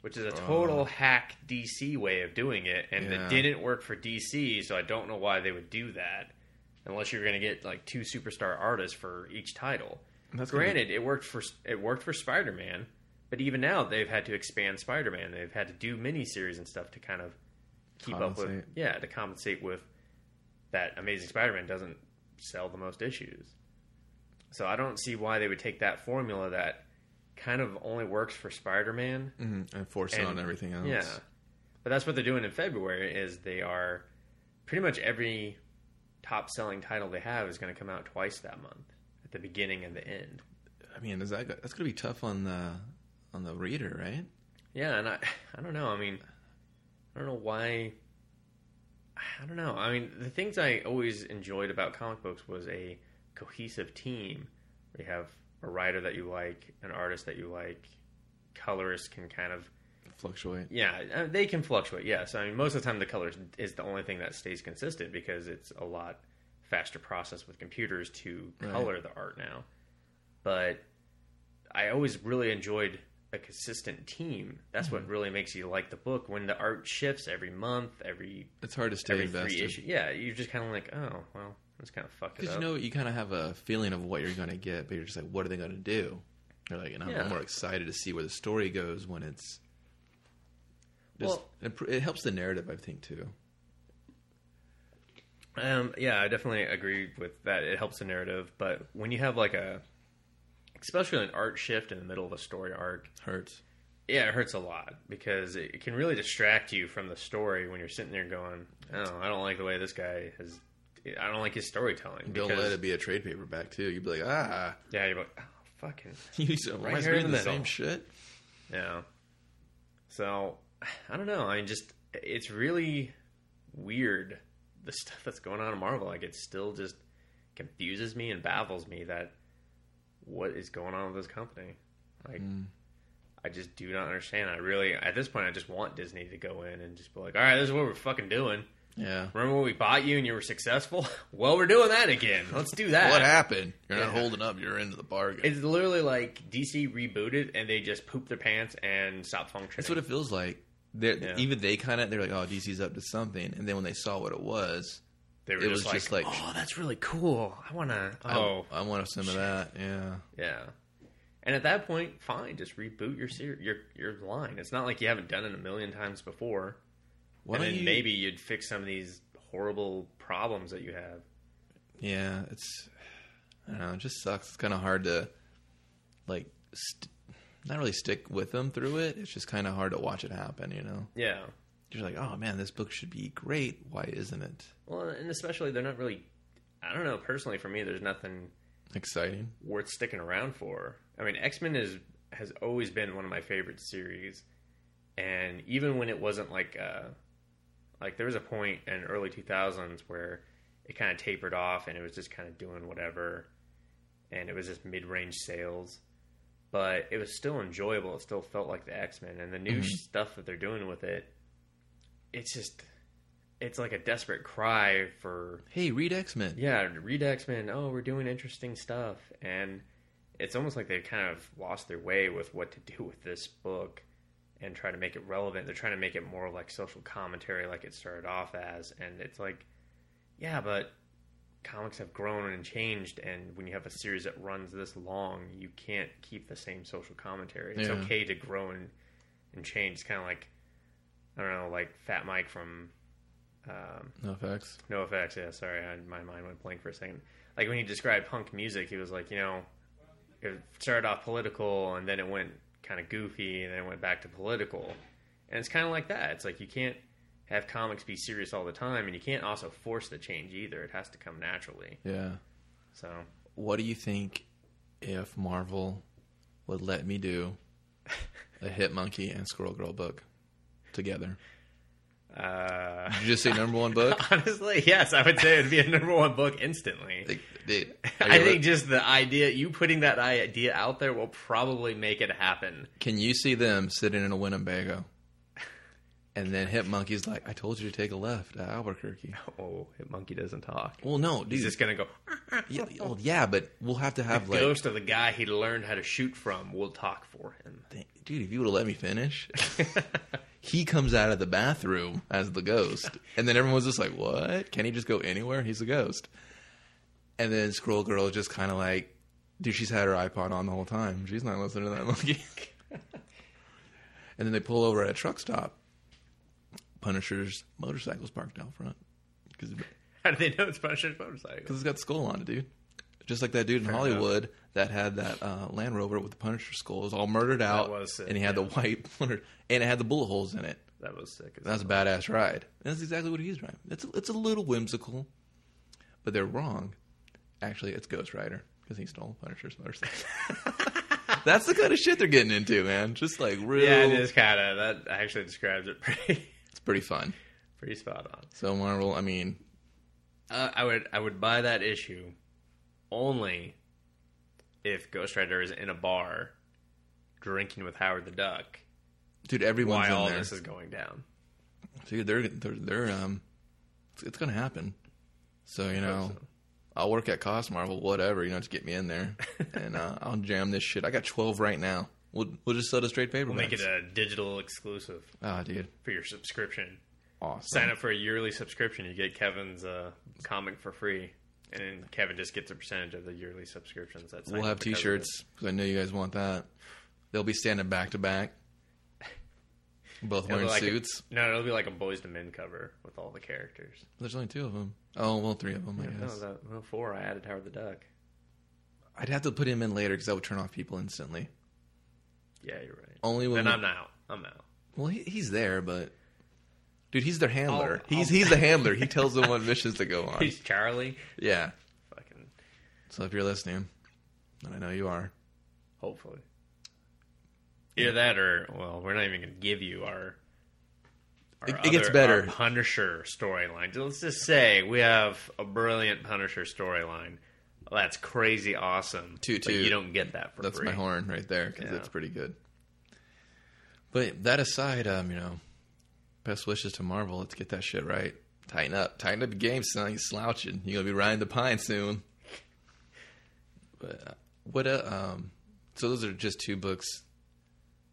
B: which is a total hack DC way of doing it, and
A: Yeah.
B: it didn't work for DC. So I don't know why they would do that, unless you're going to get like two superstar artists for each title.
A: That's gonna be-
B: Granted, it worked for it worked for Spider Man, but even now they've had to expand Spider Man. They've had to do miniseries and stuff to kind of keep up with
A: Compensate.
B: yeah to compensate with that Amazing Spider Man doesn't sell the most issues. So I don't see why they would take that formula that kind of only works for Spider Man
A: Mhm, and force it
B: And-
A: on everything else.
B: yeah. But that's what they're doing in February is they are pretty much every top selling title they have is going to come out twice that month at the beginning and the end.
A: I mean, is that go- that's gonna be tough on the on the reader, right?
B: Yeah, and I I don't know. I mean, I don't know why I don't know. I mean, the things I always enjoyed about comic books was a cohesive team. where you have a writer that you like, an artist that you like, colorists can kind of
A: Fluctuate.
B: yeah, uh, they can fluctuate. Yes, I mean most of the time the colors is the only thing that stays consistent because it's a lot faster process with computers to
A: Right.
B: color the art now. But I always really enjoyed a consistent team. That's
A: Mm-hmm.
B: what really makes you like the book when the art shifts every month, every
A: It's hard to stay
B: every
A: invested.
B: three issue. Yeah, you're just kind of like, oh well, that's kind of fucked it
A: Because
B: up.
A: you know, you kind of have a feeling of what you're going to get, but you're just like, what are they going to do? You're like, and I'm
B: Yeah.
A: more excited to see where the story goes when it's. Just,
B: Well-
A: it pr it helps the narrative, I think, too.
B: Um, yeah, I definitely agree with that. It helps the narrative, but when you have like a, especially an art shift in the middle of a story arc,
A: Hurts.
B: yeah, it hurts a lot because it can really distract you from the story when you're sitting there going, "Oh, I don't like the way this guy has. I don't like his storytelling."
A: Don't
B: Because,
A: let it be a trade paperback too. You'd be like, ah,
B: Yeah, you're like, "Oh, fucking
A: you so
B: Right
A: am I
B: here in
A: reading
B: the
A: the same
B: middle.
A: shit?
B: yeah." So, I don't know. I mean, just it's really weird the stuff that's going on in Marvel. Like, it still just confuses me and baffles me that what is going on with this company. Like, I just do not understand. I really, at this point, I just want Disney to go in and just be like, "All right, this is what we're fucking doing."
A: Yeah.
B: Remember when we bought you and you were successful? Well, we're doing that again. Let's do that.
A: What happened? You're not
B: Yeah.
A: holding up your end of the bargain.
B: It's literally like DC rebooted and they just pooped their pants and stopped functioning.
A: That's what it feels like. They're,
B: Yeah.
A: Even they kind of they're like, oh, DC's up to something, and then when they saw what it was,
B: they were
A: it
B: just,
A: was
B: like,
A: just like-
B: oh, that's really cool. I want to.
A: I-
B: Oh,
A: I, want some of that. Yeah.
B: yeah. And at that point, fine, just reboot your ser- your your line. It's not like you haven't done it a million times before.
A: Why
B: and
A: don't
B: then
A: you?
B: maybe you'd fix some of these horrible problems that you have.
A: Yeah, it's I don't know. It just sucks. It's kind of hard to like st- not really stick with them through it. It's just kind of hard to watch it happen. You know,
B: Yeah.
A: you're like, oh man, this book should be great. Why isn't it
B: Well, and especially they're not really. I don't know. Personally, for me, there's nothing
A: exciting?
B: worth sticking around for. I mean, X Men is has always been one of my favorite series, and even when it wasn't like uh, like there was a point in early two thousands where it kind of tapered off and it was just kind of doing whatever, and it was just mid range sales, but it was still enjoyable. It still felt like the X Men and the new
A: Mhm.
B: stuff that they're doing with it. It's just. It's like a desperate cry for
A: Hey, read X Men.
B: yeah, read X Men. Oh, we're doing interesting stuff, and it's almost like they kind of lost their way with what to do with this book, and try to make it relevant. They're trying to make it more like social commentary, like it started off as, and it's like, yeah, but comics have grown and changed, and when you have a series that runs this long, you can't keep the same social commentary. It's
A: Yeah.
B: okay to grow and and change. It's kind of like I don't know, like Fat Mike from. Um,
A: No facts.
B: no effects. Yeah, sorry, I, my mind went blank for a second. Like when he described punk music, he was like, you know, it started off political and then it went kind of goofy and then it went back to political, and it's kind of like that. It's like you can't have comics be serious all the time, and you can't also force the change either. It has to come naturally.
A: Yeah.
B: So
A: What do you think if Marvel would let me do a Hit Monkey and Squirrel Girl book together?
B: uh,
A: Did you just say number one book?
B: honestly, yes, I would say it'd be a number one book instantly.
A: Like, they-
B: I think just the idea, you putting that idea out there, will probably make it happen.
A: Can you see them sitting in a Winnebago And then Hip Monkey's like, I told you to take a left at Albuquerque.
B: Oh, Hit Monkey doesn't talk.
A: Well, no, dude.
B: He's just gonna go. "Uh,
A: yeah, well, yeah, but we'll have to have
B: The
A: like,
B: ghost of the guy he learned how to shoot from will talk for him.
A: Th- dude, if you would have let me finish. he comes out of the bathroom as the ghost. And then everyone's just like, what? Can he just go anywhere? He's a ghost. And then Scroll Girl just kind of like, dude, she's had her iPod on the whole time. She's not listening to that monkey. and then they pull over at a truck stop. Punisher's motorcycle's parked out front. Because
B: How do they know it's Punisher's motorcycle?
A: because it's got the skull on it, dude. Just like that dude in Hollywood that had that uh, Land Rover with the Punisher skull. It was all murdered out.
B: was sick,
A: and he had the white, and it had the bullet holes in it.
B: That was sick. as
A: That was a badass ride. And that's exactly what he's driving. It's a, it's a little whimsical, but they're wrong. Actually, it's Ghost Rider because he stole Punisher's motorcycle. that's the kind of shit they're getting into, man. Just like real.
B: Yeah, it is kind of that. Actually, describes it pretty,
A: It's pretty fun.
B: pretty spot on.
A: So Marvel, I mean,
B: Uh, I would, I would buy that issue only if Ghost Rider is in a bar drinking with Howard the Duck
A: dude, everyone's
B: while all
A: in there.
B: this is going down.
A: dude they're they're, they're um it's, it's gonna happen so you know
B: so.
A: i'll work at cost marvel whatever you know just get me in there and uh, i'll jam this shit i got 12 right now we'll we'll just sell the straight paper
B: We'll make it a digital exclusive
A: oh dude
B: for your subscription.
A: awesome
B: Sign up for a yearly subscription. You get Kevin's uh, comic for free, and then Kevin just gets a percentage of the yearly subscriptions. That's
A: we'll have t-shirts because i know you guys want that they'll be standing back to back both wearing
B: like a-
A: suits
B: No, it'll be like a Boys to Men cover with all the characters.
A: there's only two of them oh well three of them i
B: No,
A: guess
B: that, well, four. I added Howard the Duck.
A: i'd have to put him in later because that would turn off people instantly
B: Yeah, you're right.
A: only when
B: Then
A: we-
B: I'm out. I'm out.
A: Well, he, he's there, but dude, he's their handler.
B: I'll-
A: he's
B: I'll-
A: he's the handler. He tells them what missions to go on.
B: He's Charlie.
A: Yeah.
B: Fucking.
A: So if you're listening, and I know you are,
B: Hopefully. Either that or well, we're not even gonna give you our. our
A: It- it gets better.
B: our Punisher storyline. Let's just say we have a brilliant Punisher storyline. That's crazy awesome.
A: Toot,
B: but
A: toot.
B: you don't get that for
A: that's
B: free.
A: my horn right there because
B: Yeah.
A: it's pretty good. But that aside, um, you know, best wishes to Marvel. Let's get that shit right. Tighten up, tighten up your game, son. You slouching. You're gonna be riding the pine soon. But uh, what? Uh, um, so those are just two books,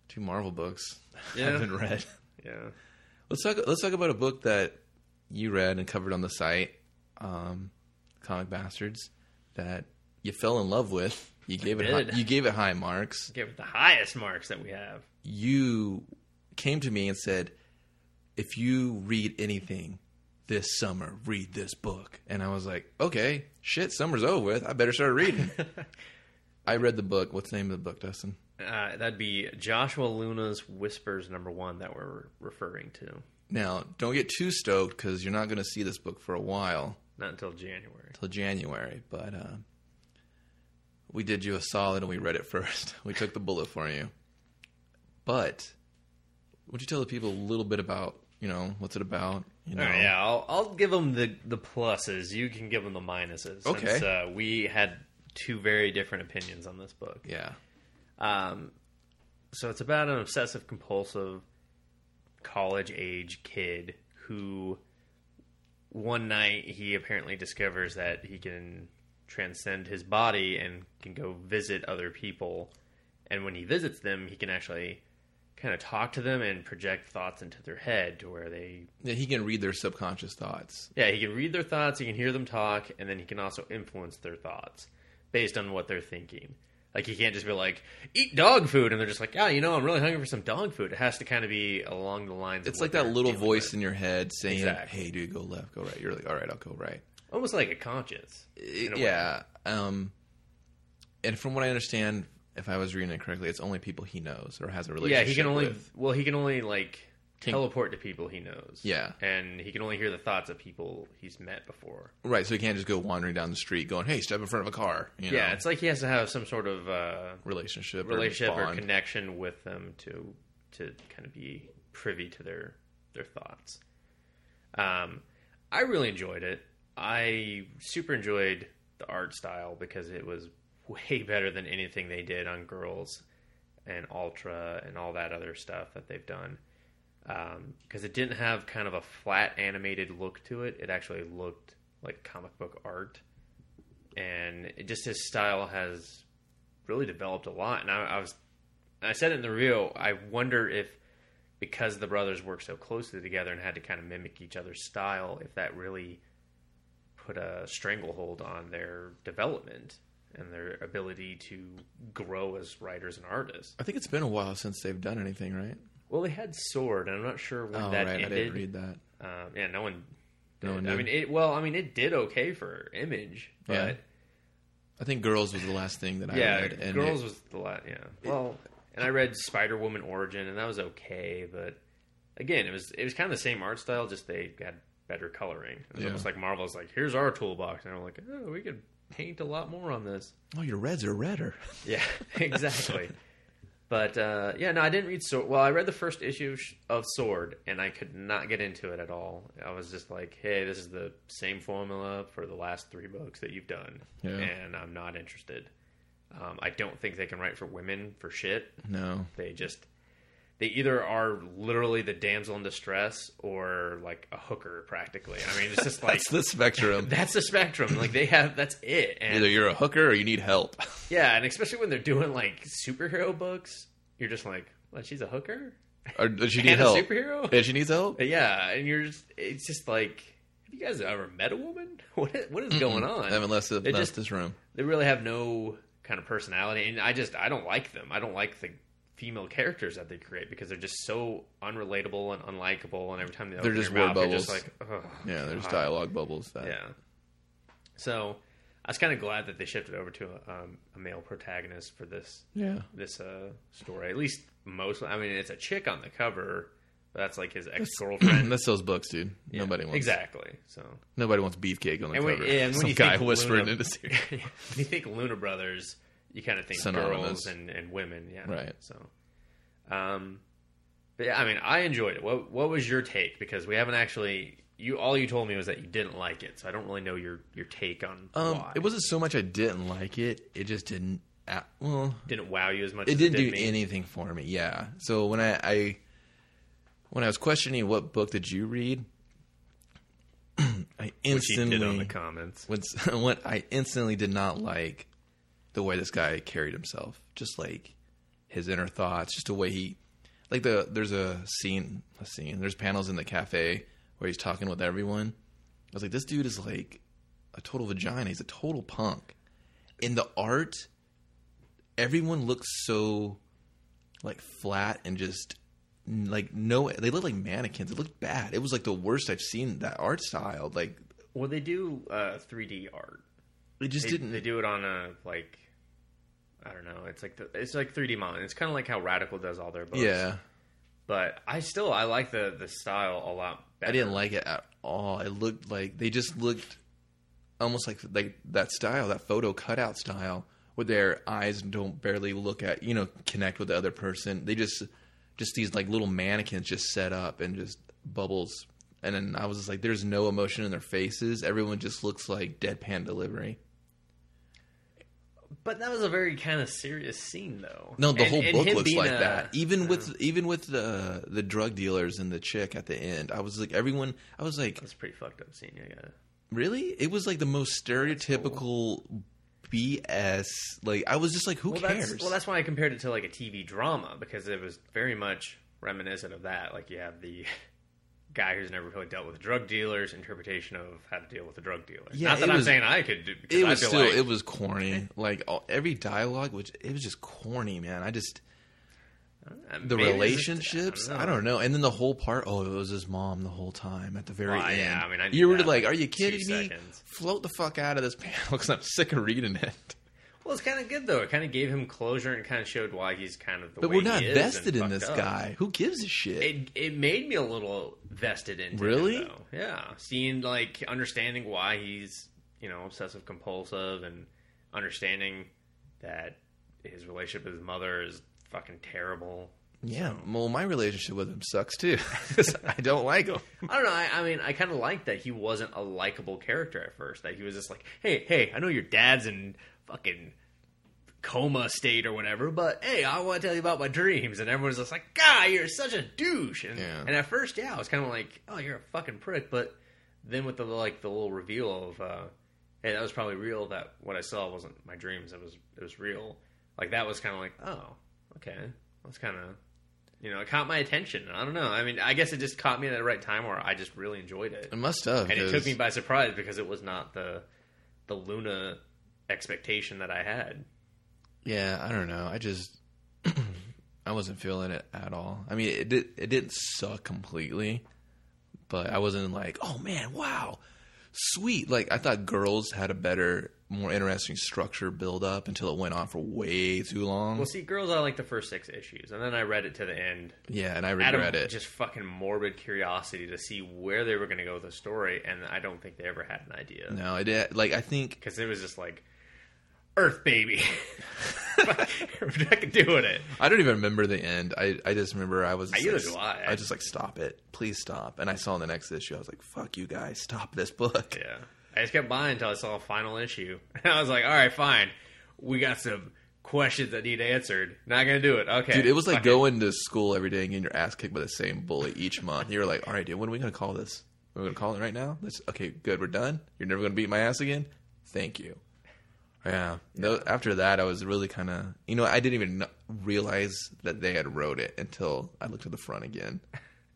A: two Marvel books I
B: Yeah.
A: haven't read.
B: Yeah,
A: Let's talk. Let's talk about a book that you read and covered on the site, um, Comic Bastards, that you fell in love with. You gave it.
B: did.
A: High, you gave it high marks.
B: give it the highest marks that we have.
A: You came to me and said, "If you read anything this summer, read this book." And I was like, "Okay, shit, summer's over with. I better start reading." I read the book. What's the name of the book, Dustin?
B: Uh, that'd be Joshua Luna's Whispers number one that we're referring to.
A: Now, don't get too stoked because you're not going to see this book for a while.
B: Not until January.
A: till January, but uh, we did you a solid and we read it first. We took the bullet for you. But would you tell the people a little bit about you know what's it about? You know,
B: All right, Oh, yeah, I'll, I'll give them the, the pluses. You can give them the minuses.
A: Okay.
B: Since, uh, we had two very different opinions on this book.
A: yeah,
B: Um, so it's about an obsessive compulsive college age kid who one night he apparently discovers that he can transcend his body and can go visit other people. And when he visits them, he can actually kind of talk to them and project thoughts into their head to where they
A: Yeah, He can read their subconscious thoughts.
B: yeah, he can read their thoughts, he can hear them talk, and then he can also influence their thoughts based on what they're thinking. Like he can't just be like, "Eat dog food," and they're just like, "Yeah, you know, I'm really hungry for some dog food." It has to kind of be along the lines.
A: It's
B: of what
A: like that
B: they're
A: little
B: dealing
A: voice
B: with.
A: in your head saying,
B: Exactly.
A: "Hey, dude, go left, go right." You're like, "All right, I'll go right."
B: almost like a conscience. in a way.
A: yeah. Um, and from what I understand, if I was reading it correctly, it's only people he knows or has a
B: yeah.
A: relationship.
B: He can only
A: with.
B: well, he can only like teleport to people he knows.
A: Yeah.
B: and he can only hear the thoughts of people he's met before.
A: right, so he can't just go wandering down the street going, "Hey, step in front of a car." You know?
B: yeah, it's like he has to have some sort of uh,
A: relationship,
B: relationship
A: or
B: or
A: bond.
B: connection with them to to kind of be privy to their their thoughts. Um, I really enjoyed it. I super enjoyed the art style because it was way better than anything they did on Girls and Ultra and all that other stuff that they've done. because it didn't have kind of a flat animated look to it. It actually looked like comic book art, and it just his style has really developed a lot. And I, I was, I said it in the review. I wonder if because the brothers worked so closely together and had to kind of mimic each other's style, if that really put a stranglehold on their development and their ability to grow as writers and artists.
A: I think it's been a while since they've done anything, right?
B: Well, they had Sword, and I'm not sure when
A: oh,
B: that
A: right.
B: ended.
A: I didn't read that.
B: Um, yeah, no one.
A: No one
B: I
A: did.
B: mean, it, well, I mean, it did okay for Image,
A: Yeah.
B: but
A: I think Girls was the last thing that I
B: yeah,
A: read. And
B: Girls
A: it-
B: was the lot. Yeah, well, and I read Spider Woman Origin, and that was okay, but again, it was it was kind of the same art style, just they had better coloring. It was
A: Yeah.
B: almost like Marvel's like, here's our toolbox, and I'm like, oh, we could paint a lot more on this.
A: oh, your reds are redder.
B: Yeah, exactly. but uh, yeah, no, I didn't read Sword. Well, I read the first issue sh- of Sword, and I could not get into it at all. I was just like, "Hey, this is the same formula for the last three books that you've done,
A: Yeah.
B: and I'm not interested." Um, I don't think they can write for women for shit.
A: No.
B: They just they either are literally the damsel in distress or like a hooker practically. I mean, it's just like
A: That's the spectrum.
B: that's the spectrum. Like they have that's it. And
A: Either you're a hooker or you need help.
B: yeah, and especially when they're doing like superhero books, you're just like, "What? She's a hooker
A: or does she need
B: and
A: help?
B: a superhero."
A: Yeah, she needs help.
B: Yeah, and you're just, it's just like, have you guys ever met a woman? What is, what is going
A: I
B: on?
A: haven't left, left
B: It just-
A: this room.
B: they really have no kind of personality, and I just I don't like them. I don't like the female characters that they create because they're just so unrelatable and unlikable. And every time they open
A: just
B: their
A: word
B: mouth, they're just
A: bubbles.
B: like, oh,
A: Yeah, there's
B: God."
A: dialogue bubbles. That,
B: Yeah. So I was kind of glad that they shifted over to a, um, a male protagonist for this
A: yeah.
B: this uh, story. At least most. I mean, it's a chick on the cover. But that's like his ex girlfriend.
A: That's those books, dude. Nobody wants
B: exactly. So
A: Nobody wants beefcake on the
B: and when,
A: cover.
B: yeah, and when
A: Some
B: you
A: guy
B: think
A: whispering
B: Luna,
A: into serious.
B: when you think Luna Brothers, you kind of think
A: Synonymous.
B: girls and, and women. Yeah,
A: Right.
B: So, um, but yeah, I mean, I enjoyed it. What What was your take? Because we haven't actually. You all you told me was that you didn't like it, so I don't really know your your take on
A: Um,
B: why.
A: it wasn't so much I didn't like it. It just didn't. a- Well,
B: didn't wow you as much.
A: it
B: as
A: didn't
B: it did
A: do
B: me.
A: anything for me. Yeah. So when I, I when I was questioning what book did you read, I
B: Which you
A: instantly
B: did on the comments.
A: what's what I instantly did not like the way this guy carried himself. Just like his inner thoughts, just the way he like the there's a scene a scene. There's panels in the cafe where he's talking with everyone. I was like, this dude is like a total vagina. He's a total punk. In the art, everyone looks so like flat and just like no they look like mannequins. It looked bad. It was like the worst I've seen that art style. Like
B: Well, they do uh, 3D art.
A: it just
B: They,
A: didn't
B: they do it on a like I don't know. It's like the, it's like 3D modeling. It's kind of like how Radical does all their books.
A: Yeah.
B: but I still I like the the style a lot. Better.
A: I didn't like it at all. It looked like they just looked almost like like that style, that photo cutout style, where their eyes don't barely look at you know connect with the other person. They just just these like little mannequins just set up and just bubbles. And then I was just like, there's no emotion in their faces. Everyone just looks like deadpan delivery.
B: But that was a very kind of serious scene, though.
A: No, the
B: And-
A: whole
B: and
A: book
B: him
A: looks
B: being
A: like
B: a-
A: that. E Even with even with the the drug dealers and the chick at the end, I was like, everyone. I was like,
B: That's a pretty fucked up scene. I gotta.
A: Really? It was like the most stereotypical BS. Like I was just like, who
B: Well,
A: cares?
B: that's well, that's why I compared it to like a TV drama because it was very much reminiscent of that. Like you have the guy who's never really dealt with drug dealers' interpretation of how to deal with a drug dealer.
A: Yeah,
B: Not that
A: it
B: I'm
A: was-
B: saying I could do. because
A: it
B: I
A: was
B: feel
A: still
B: like-
A: it was corny. Like all, every dialogue, which it was just corny, man. I just the
B: maybe it's just-
A: relationships. I don't, know. And then the whole part. Oh, it was his mom the whole time at the very
B: Well,
A: end.
B: yeah, I mean, I knew
A: you were
B: that
A: like,
B: in
A: are you
B: two
A: kidding me?
B: seconds.
A: Float the fuck out of this panel because I'm sick of reading it.
B: Well, it's kind of good though. It kind of gave him closure and kind of showed why he's kind of the.
A: But
B: way
A: we're not
B: he is and
A: vested in
B: fucked
A: this
B: up.
A: guy. Who gives a shit?
B: It it made me a little vested in.
A: Really?
B: Him, though. Yeah. Seeing like understanding why he's you know obsessive compulsive and understanding that his relationship with his mother is fucking terrible.
A: yeah. Well, my relationship with him sucks too. 'Cause I don't like him.
B: I don't know. I, I mean, I kind of liked that he wasn't a likable character at first. That he was just like, hey, hey, I know your dad's in fucking coma state or whatever. But hey, I want to tell you about my dreams, and everyone's just like, "God, you're such a douche." And,
A: Yeah.
B: and at first, yeah, I was kind of like, "Oh, you're a fucking prick," but then with the like the little reveal of, uh, "Hey, that was probably real. That what I saw wasn't my dreams. It was it was real." Like that was kind of like, "Oh, okay, that's kind of." You know, it caught my attention. I don't know. I mean, I guess it just caught me at the right time where I just really enjoyed it
A: It must have.
B: and it took
A: 'cause-
B: me by surprise because it was not the the Luna expectation that I had.
A: Yeah, I don't know. I just I wasn't feeling it at all. I mean, it did it didn't suck completely, but I wasn't like, "Oh man, wow. Sweet." Like I thought girls had a better, more interesting structure build up until it went on for way too long.
B: Well, see, girls, I like the first six issues, and then I read it to the end.
A: yeah, and I regret
B: Adam
A: it.
B: just fucking morbid curiosity to see where they were going to go with the story, and I don't think they ever had an idea
A: no, I did like I think
B: because it was just like Earth, baby, we're fucking doing it.
A: I don't even remember the end. I, I just remember I was just
B: Neither
A: like,
B: do I.
A: I was just like stop it. Please stop. And I saw in the next issue I was like, "Fuck you guys. Stop this book."
B: Yeah. I just kept buying until I saw a final issue. And I was like, all right, fine. We got some questions that need answered. Not going to do it. Okay.
A: Dude, it was like
B: Fuck it.
A: going to school every day and getting your ass kicked by the same bully each month. You were like, all right, dude, when are we going to call this? We're going to call it right now? Let's, okay, good. We're done. You're never going to beat my ass again? Thank you. Yeah. Tho- after that, I was really kind of, you know, I didn't even kn- realize that they had wrote it until I looked at the front again.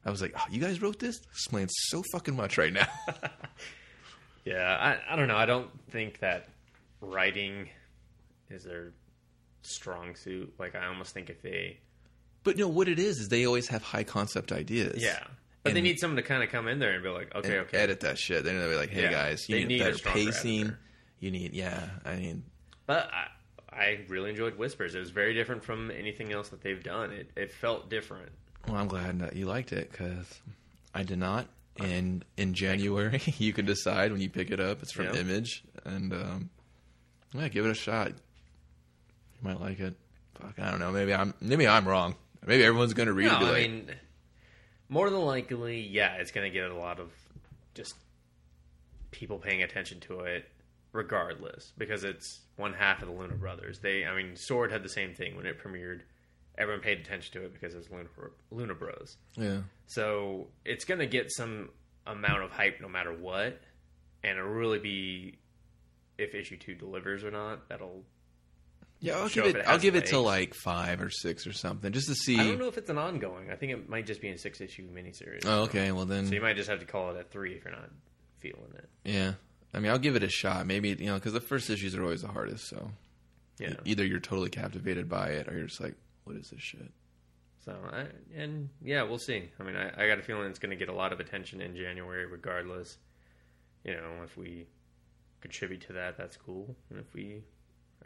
A: I was like, oh, you guys wrote this? This explains so fucking much right now.
B: Yeah. I, I don't know. I don't think that writing is their strong suit. Like, I almost think if they.
A: but no, what it is, is they always have high concept ideas.
B: Yeah. But they
A: And-
B: need someone to kind of come in there and be like, okay,
A: and
B: okay.
A: edit that shit. They're gonna be like, "Hey
B: Yeah,
A: guys, you
B: they
A: need,
B: need a
A: better
B: stronger
A: pacing.
B: editor.
A: You need, yeah. I mean,
B: But I, I really enjoyed Whispers. It was very different from anything else that they've done. It, it felt different.
A: well, I'm glad that you liked it because I did not. And in January, you can decide when you pick it up. It's from
B: Yeah.
A: Image, and um, yeah, give it a shot. You might like it. Fuck, I don't know. Maybe I'm maybe I'm wrong. Maybe everyone's gonna read it.
B: No,
A: and be
B: I
A: like,
B: mean, more than likely, yeah, it's going to get a lot of just people paying attention to it, regardless, because it's one half of the Luna Brothers. They, I mean, Sword had the same thing when it premiered. Everyone paid attention to it because it was Luna, Luna Bros.
A: yeah,
B: So it's going to get some amount of hype no matter what, and it'll really be if issue two delivers or not. That'll.
A: yeah. I'll
B: show
A: give
B: if
A: it.
B: it
A: I'll
B: has
A: give it to
B: legs.
A: like five or six or something, just to see.
B: I don't know if it's an ongoing. I think it might just be a six issue miniseries.
A: Oh, okay. Well, then
B: So you might just have to call it at three if you're not feeling it.
A: Yeah. I mean, I'll give it a shot. Maybe, you know, because the first issues are always the hardest. So
B: Yeah.
A: e- either you're totally captivated by it or you're just like, what is this shit?
B: So I, and yeah, we'll see. I mean, I, I got a feeling it's going to get a lot of attention in January, regardless. You know, if we contribute to that, that's cool. And if we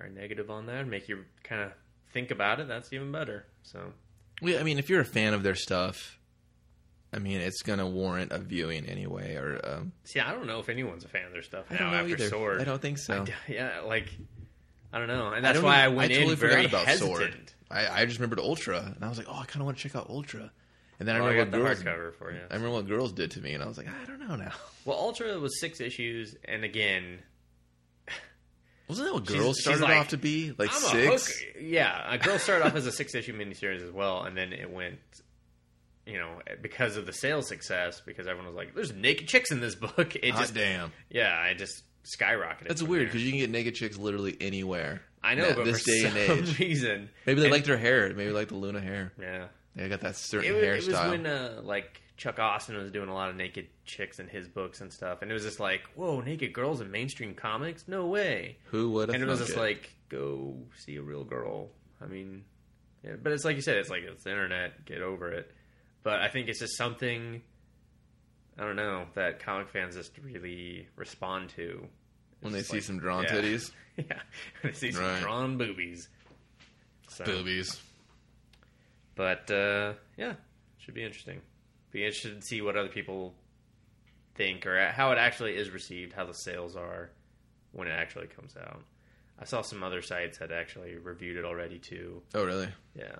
B: are negative on that, and make you kind of think about it, that's even better. So
A: Well, yeah, I mean, if you're a fan of their stuff, I mean, it's going to warrant a viewing anyway. Or um,
B: see, I don't know if anyone's a fan of their stuff
A: I
B: now
A: don't know
B: after
A: either.
B: Sword.
A: I don't think so.
B: yeah, like I don't know, and that's
A: don't
B: why I
A: even-
B: went in very hesitant.
A: I, I just remembered Ultra, and I was like, oh, I kind of want to check out Ultra. And then
B: Oh,
A: I
B: I got
A: remember
B: the
A: what girls.
B: hardcover for you.
A: I remember what girls did to me, and I was like, I don't know now.
B: Well, Ultra was six issues, and again,
A: Wasn't that what
B: She's-
A: girls
B: she's
A: started
B: like,
A: off to be? Like
B: I'm
A: six?
B: A hooker. Yeah, a girl started off as a six issue miniseries as well, and then it went, you know, because of the sales success, because everyone was like, "There's naked chicks in this book." It
A: Hot
B: just,
A: damn.
B: yeah, it just skyrocketed.
A: That's
B: from
A: weird
B: there.
A: because you can get naked chicks literally anywhere.
B: I know,
A: Now,
B: but
A: this
B: for
A: day
B: some
A: and age,
B: reason,
A: maybe they
B: and-
A: like their hair. Maybe they like the Luna hair.
B: yeah,
A: They got that
B: it,
A: certain
B: was- it was
A: hairstyle.
B: when uh, like Chuck Austin was doing a lot of naked chicks in his books and stuff, and it was just like, "Whoa, naked girls in mainstream comics? No way!"
A: Who would have?
B: and it was just like go see a real girl i mean yeah, but it's like you said it's like it's the internet get over it but i think it's just something i don't know that comic fans just really respond to
A: when they
B: It's
A: see
B: like-
A: some drawn
B: yeah.
A: titties,
B: yeah they see some
A: Right.
B: drawn boobies so,
A: boobies.
B: but uh, yeah should be interesting be interested to see what other people think or how it actually is received how the sales are when it actually comes out i saw some other sites that actually reviewed it already too
A: Oh, really?
B: yeah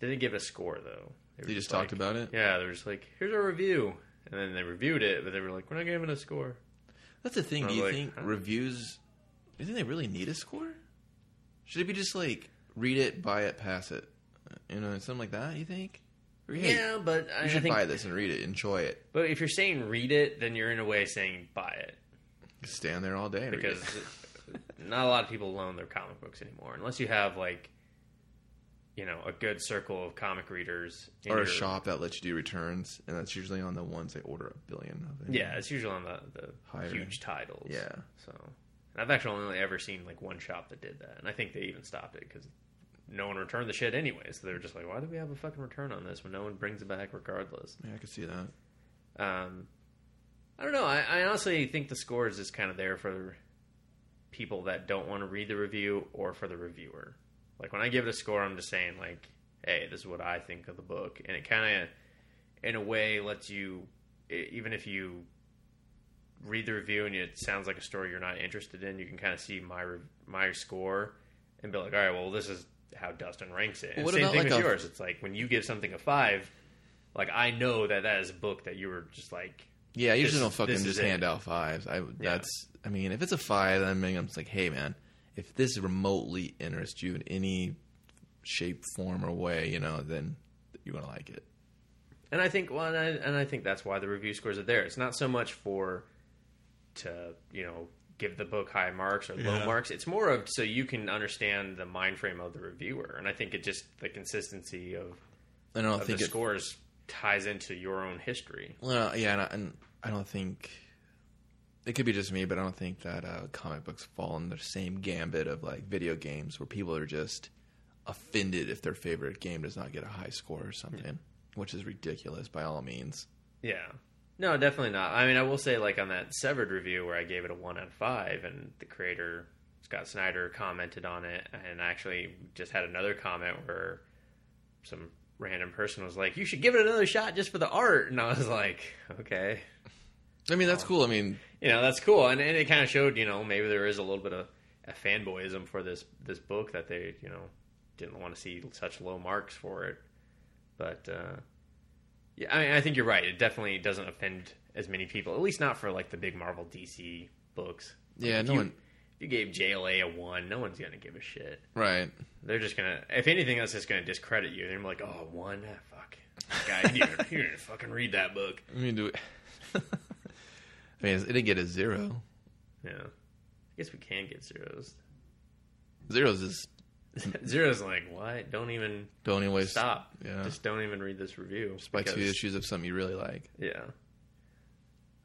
B: didn't give it a score though were
A: They just
B: like-
A: talked about it.
B: yeah they were just like here's our review and then they reviewed it but they were like we're not giving it a score
A: That's the thing. Do
B: I was
A: you
B: like,
A: think
B: huh?
A: reviews? Do you think they really need a score? Should it be just like read it, buy it, pass it? Uh, You know, something like that. You think? Or, hey,
B: yeah, but I,
A: You
B: I
A: should
B: think.
A: buy this and read it, enjoy it.
B: But if you're saying read it, then you're in a way saying buy it
A: Just stand there all day and
B: because
A: read it.
B: not a lot of people loan their comic books anymore, unless you have like, you know, a good circle of comic readers in
A: or
B: your-
A: a shop that lets you do returns, and that's usually on the ones they order a billion of. It.
B: Yeah, it's usually on the, the
A: Higher.
B: huge titles.
A: Yeah.
B: So and I've actually only ever seen like one shop that did that, and I think they even stopped it because no one returned the shit anyway. So they were just like, why do we have a fucking return on this when no one brings it back regardless?
A: yeah, I could see that.
B: Um, I don't know. I, I honestly think the score is just kind of there for people that don't want to read the review or for the reviewer. Like when I give it a score, I'm just saying like, hey, this is what I think of the book, and it kind of, in a way, lets you, e- even if you read the review and it sounds like a story you're not interested in, you can kind of see my re- my score and be like, all right, well, this is how Dustin ranks it. And
A: What
B: same
A: about,
B: thing
A: like,
B: with
A: a-
B: yours. It's like when you give something a five, like I know that that is a book that you were just like,
A: Yeah, I usually
B: This-
A: don't fucking
B: this is
A: just
B: it.
A: hand out fives. I that's I mean, if it's a five, then I mean, I'm just like, hey man, if this remotely interests you in any shape, form, or way, you know, then you're gonna like it.
B: and I think well, and I, and I think that's why the review scores are there. It's not so much for to you know give the book high marks or low
A: Yeah.
B: marks. It's more of so you can understand the mind frame of the reviewer, and I think it just the consistency of,
A: And I don't
B: of the
A: think it.
B: scores ties into your own history.
A: Well, yeah, and I, and I don't think it could be just me, but I don't think that uh, comic books fall in the same gambit of like video games where people are just offended if their favorite game does not get a high score or something,
B: Hmm.
A: which is ridiculous by all means.
B: Yeah. No, definitely not. I mean, I will say, like on that severed review where I gave it a one out of five, and the creator Scott Snyder commented on it, and I actually just had another comment where some random person was like, "You should give it another shot just for the art," and I was like, "Okay,
A: I mean, that's
B: Um,
A: cool. I mean,
B: you know, that's cool." And, and it kind of showed, you know, maybe there is a little bit of a fanboyism for this this book that they, you know, didn't want to see such low marks for it, but. uh yeah, I, mean, I think you're right. It definitely doesn't offend as many people, at least not for like the big Marvel DC books.
A: yeah,
B: If
A: no
B: you,
A: one.
B: if you gave JLA a one, no one's gonna give a shit.
A: Right.
B: They're just gonna, if anything, that's just gonna discredit you. They're gonna be like, oh, one, ah, fuck, guy, you didn't, you didn't fucking read that book.
A: I mean, do I mean, it didn't get a zero.
B: Yeah, I guess we can get zeros.
A: Zeros is
B: zeros, like what? Don't even
A: don't even waste
B: stop.
A: yeah.
B: Just don't even read this review.
A: by two
B: because-
A: issues of something you really like.
B: Yeah.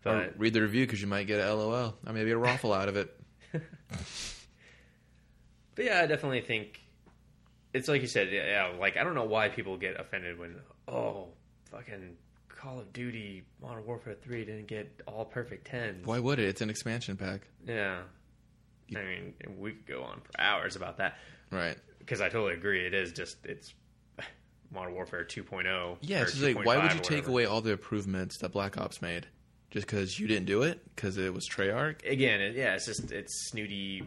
A: Or
B: But
A: read the review because you might get a LOL. I maybe a raffle out of it.
B: But yeah, I definitely think it's like you said. Yeah, like I don't know why people get offended when oh fucking Call of Duty Modern Warfare Three didn't get all perfect tens.
A: Why would it? It's an expansion pack.
B: Yeah, I mean we could go on for hours about that
A: Right.
B: because I totally agree. It is just it's Modern Warfare 2.0.
A: Yeah,
B: or
A: it's just like, why
B: 2.5
A: would
B: or
A: you take
B: whatever.
A: away all the improvements that Black Ops made just because you didn't do it? Because it was Treyarch?
B: again? It, yeah, it's just it's snooty.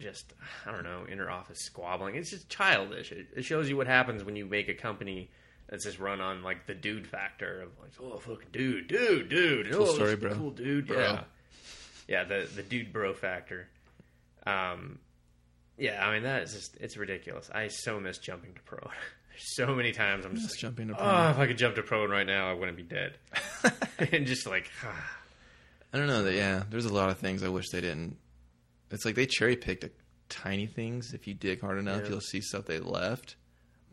B: Just I don't know, inner office squabbling. It's just childish. It, it shows you what happens when you make a company that's just run on like the dude factor of like, oh fucking dude, dude, dude,
A: Cool
B: oh,
A: story,
B: this is
A: bro.
B: cool dude,
A: Bro.
B: yeah, yeah, the the dude bro factor. Um, yeah, I mean that is just it's ridiculous. I so miss jumping to pro. There's so many times I'm just
A: Let's jump into
B: Oh, if I could jump to prone right now, I wouldn't be dead. and just like, "Ah,
A: I don't know. That, yeah, there's a lot of things I wish they didn't. It's like they cherry picked tiny things. If you dig hard enough,
B: Yeah.
A: you'll see stuff they left.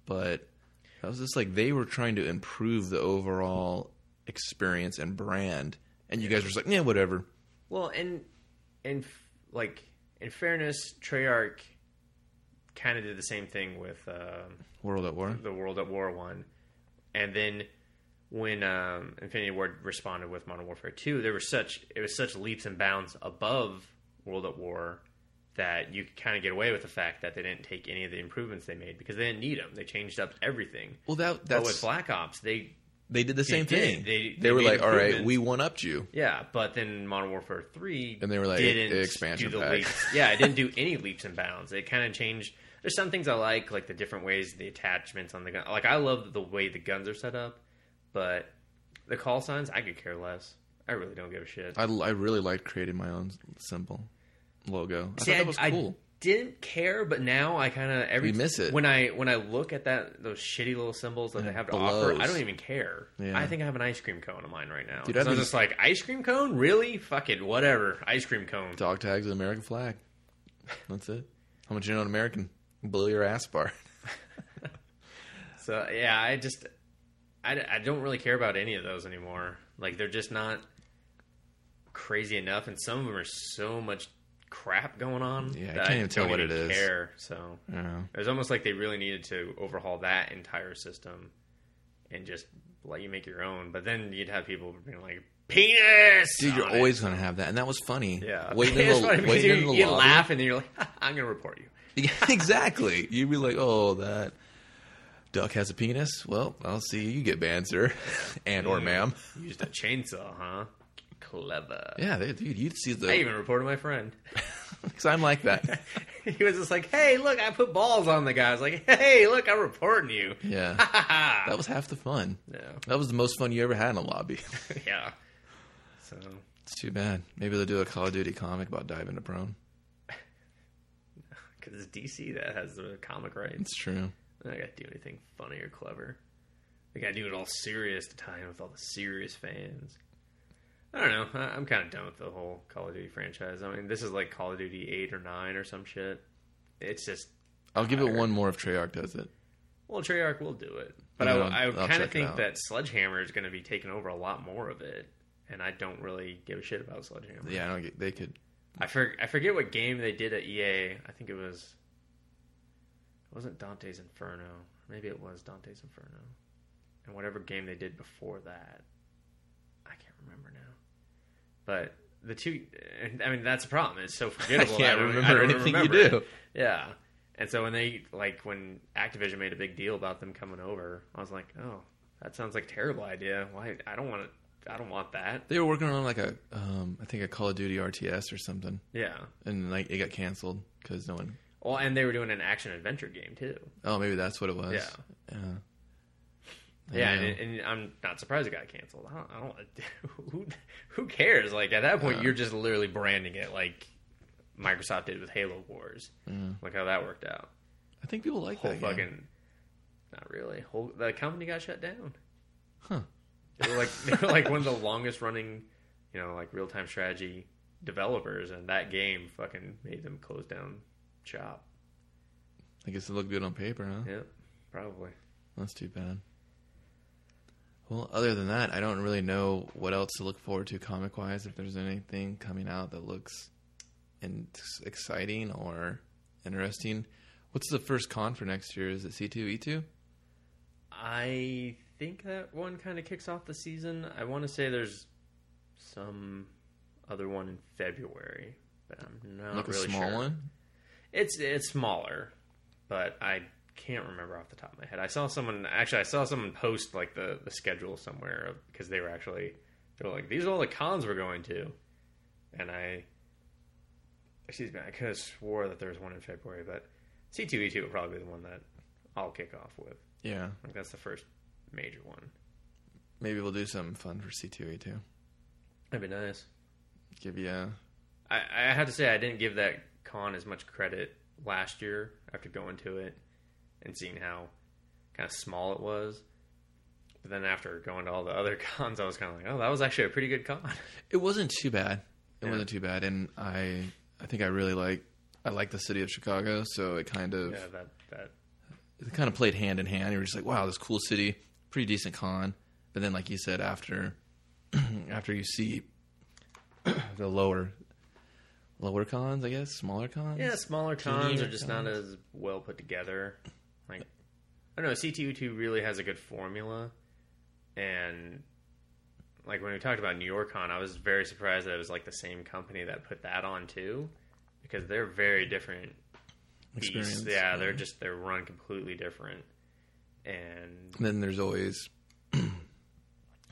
A: But I was just like, they were trying to improve the overall experience and brand, and you guys were just like, yeah, whatever.
B: well, and and like in fairness, Treyarch kind of did the same thing with um,
A: World at War.
B: the World at War one, and then when um, Infinity Ward responded with Modern Warfare two, there was such it was such leaps and bounds above World at War that you could kind of get away with the fact that they didn't take any of the improvements they made because they didn't need them. They changed up everything.
A: Well, that
B: but with
A: that's
B: Black Ops, Oh, they
A: they did the same
B: did.
A: thing.
B: They-
A: They,
B: they
A: were
B: made
A: like, all right,
B: improvements.
A: we one upped you.
B: Yeah, but then Modern Warfare Three
A: And they were like,
B: didn't
A: "Eh, expansion
B: do the
A: pack."
B: leaps. Yeah, it didn't do any leaps and bounds. It kind of changed. There's some things I like, like the different ways the attachments on the gun. Like I love the way the guns are set up, but the call signs I could care less. I really don't give a shit.
A: I, I really liked creating my own symbol logo. I
B: See,
A: thought that was
B: I-
A: cool.
B: didn't care, but now I kind of every
A: You miss it.
B: when I when I look at that those shitty little symbols that
A: Yeah,
B: they have to
A: blows.
B: offer. I don't even care.
A: Yeah.
B: I think I have an ice cream cone on mine right now.
A: Dude,
B: so
A: I've
B: I'm
A: been-
B: just like ice cream cone, really? Fuck it, whatever. Ice cream cone.
A: Dog tags and American flag. That's it. How much you know an American? Blow your ass bar.
B: So yeah, I just I, I don't really care about any of those anymore. Like they're just not crazy enough, and some of them are so much crap going on.
A: Yeah, I
B: that
A: can't even tell
B: don't
A: what
B: even
A: it is.
B: Care so
A: Yeah.
B: it was almost like they really needed to overhaul that entire system and just let you make your own. But then you'd have people being like, "Penis!"
A: Dude, you're
B: on it.
A: always gonna have that, and that was funny.
B: yeah.
A: waiting in
B: That's what I
A: the,
B: mean.
A: waiting
B: you,
A: in the
B: you
A: lobby.
B: laugh and then you're like, "I'm gonna report you."
A: Yeah, exactly. You'd be like, "Oh, that duck has a penis." Well, I'll see you get banned, sir, and or ma'am.
B: Used a chainsaw, huh? Clever.
A: Yeah, they, dude, you'd see
B: I
A: the
B: even reported my friend.
A: because I'm like that.
B: he was just like, "Hey, look, I put balls on the guy." I was like, "Hey, look, I'm reporting you."
A: Yeah, that was half the fun.
B: No,
A: That was the most fun you ever had in a lobby.
B: yeah. So
A: It's too bad. Maybe they'll do a Call of Duty comic about diving to prone.
B: because it's DC that has the comic rights,
A: It's true.
B: they're not gonna do anything funny or clever. They gotta do it all serious to tie in with all the serious fans. I don't know. I- I'm kind of done with the whole Call of Duty franchise. I mean, this is like Call of Duty eight or nine or some shit. It's just
A: I'll give it one more if Treyarch does it.
B: Well, Treyarch will do it, but
A: Yeah,
B: I, I
A: I'll
B: kind
A: check
B: of
A: it
B: think
A: out.
B: that Sledgehammer is going to be taking over a lot more of it, and I don't really give a shit about Sledgehammer.
A: Yeah, I don't get, they could.
B: I for, I forget what game they did at EA. I think it was it wasn't Dante's Inferno, maybe it was Dante's Inferno, and whatever game they did before that, I can't remember now. But the two, I mean, that's a problem. It's so
A: I
B: forgettable.
A: can't
B: don't-
A: remember
B: don't
A: anything
B: remember
A: you
B: it.
A: do.
B: Yeah. And so when they like when Activision made a big deal about them coming over, I was like, "Oh, that sounds like a terrible idea. Why I don't want to I don't want that."
A: They were working on like a, um, I think a Call of Duty RTS or something,
B: Yeah.
A: and like it got canceled because no one.
B: Well, and they were doing an action adventure game too.
A: Oh, maybe that's what it was.
B: Yeah.
A: Yeah. I
B: Yeah,
A: know.
B: and, and I'm not surprised it got canceled. I don't, I don't who who cares? Like at that point,
A: Yeah.
B: you're just literally branding it like Microsoft did with Halo Wars.
A: Yeah.
B: Look how that worked out.
A: I think people like
B: whole
A: that. game.
B: fucking not really whole the company got shut down
A: Huh.
B: they were like they were like one of the longest running you know like real-time strategy developers and that game fucking made them close down shop
A: I guess it looked good on paper, huh?
B: yep probably
A: That's too bad. Well, other than that, I don't really know what else to look forward to comic wise. If there's anything coming out that looks in- exciting or interesting, what's the first con for next year? Is it C two E two?
B: i think that one kind of kicks off the season i want to say there's some other one in february but i'm not
A: Like a
B: really
A: small
B: sure.
A: one.
B: It's it's smaller, but I can't remember off the top of my head. I saw someone actually. I saw someone post like the the schedule somewhere of- because they were actually they were like these are all the cons we're going to, and I excuse me. I could have swore that there was one in February, but C two E two would probably be the one that I'll kick off with.
A: Yeah,
B: Like that's the first major one.
A: maybe we'll do something fun for C two E two.
B: That'd be nice.
A: Give you a
B: I, I have to say I didn't give that con as much credit last year after going to it and seeing how kind of small it was. But then after going to all the other cons, I was kind of like, oh, that was actually a pretty good con.
A: It wasn't too bad. It
B: Yeah.
A: wasn't too bad, and I I think I really like I like the city of Chicago, so it kind of
B: yeah, that that
A: it kind of played hand in hand. You were just like, wow, this cool city, pretty decent con. But then, like you said, after after you see the lower lower cons, I guess smaller cons.
B: yeah, smaller cons
A: Junior
B: are just not as well put together. Like I don't know, CTU two really has a good formula, and like when we talked about New York Con, I was very surprised that it was like the same company that put that on too, because they're very different
A: experience.
B: beasts. Yeah, they're just they're run completely different. And
A: And then there's always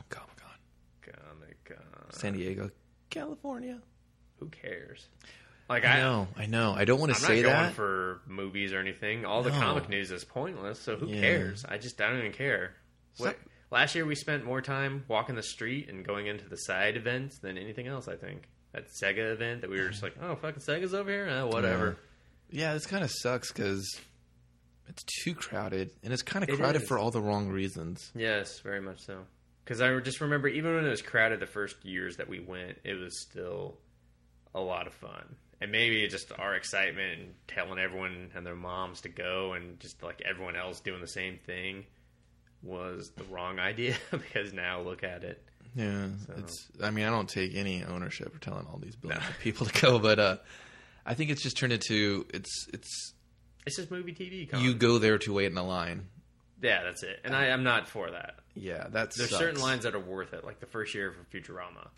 A: Comic Con,
B: Comic Con,
A: San Diego, California.
B: who cares? Like
A: I
B: I,
A: know, I know. I don't want to
B: I'm not
A: say
B: going
A: that.
B: for movies or anything. All the
A: No.
B: comic news is pointless, so who
A: Yeah.
B: cares? I just I don't even care. What,
A: Stop.
B: last year we spent more time walking the street and going into the side events than anything else. I think that Sega event that we were just like, oh fucking Sega's over here, eh, Uh, whatever.
A: Yeah, this kind of sucks because it's too crowded, and it's kind of
B: It
A: crowded
B: is.
A: for all the wrong reasons.
B: Yes, very much so. Because I just remember, even when it was crowded the first years that we went, it was still a lot of fun. And maybe it's just our excitement and telling everyone and their moms to go and just like everyone else doing the same thing was the wrong idea because now look at it.
A: Yeah, it's. I mean, I don't take any ownership for telling all these billions of people to go, but uh, I think it's just turned into it's it's
B: It's just movie TV. Con.
A: you go there to wait in a line.
B: yeah, that's it. And I, I'm not for that.
A: Yeah, that's
B: There's certain lines that are worth it. Like the first year for Futurama,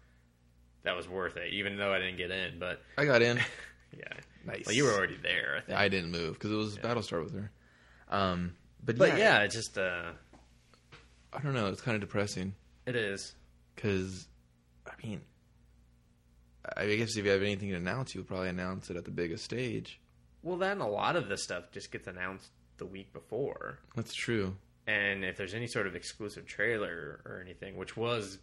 B: that was worth it, even though I didn't get in. But
A: I got in.
B: yeah,
A: Nice.
B: well, you were already there. I think.
A: I didn't move because it was Battlestar with her. Um, but,
B: But
A: yeah,
B: yeah, it's just uh,
A: I don't know. It's kind of depressing
B: it is.
A: because, I mean, I I guess if you have anything to announce, you'll probably announce it at the biggest stage.
B: Well, then a lot of this stuff just gets announced the week before,
A: That's true.
B: and if there's any sort of exclusive trailer or anything, which was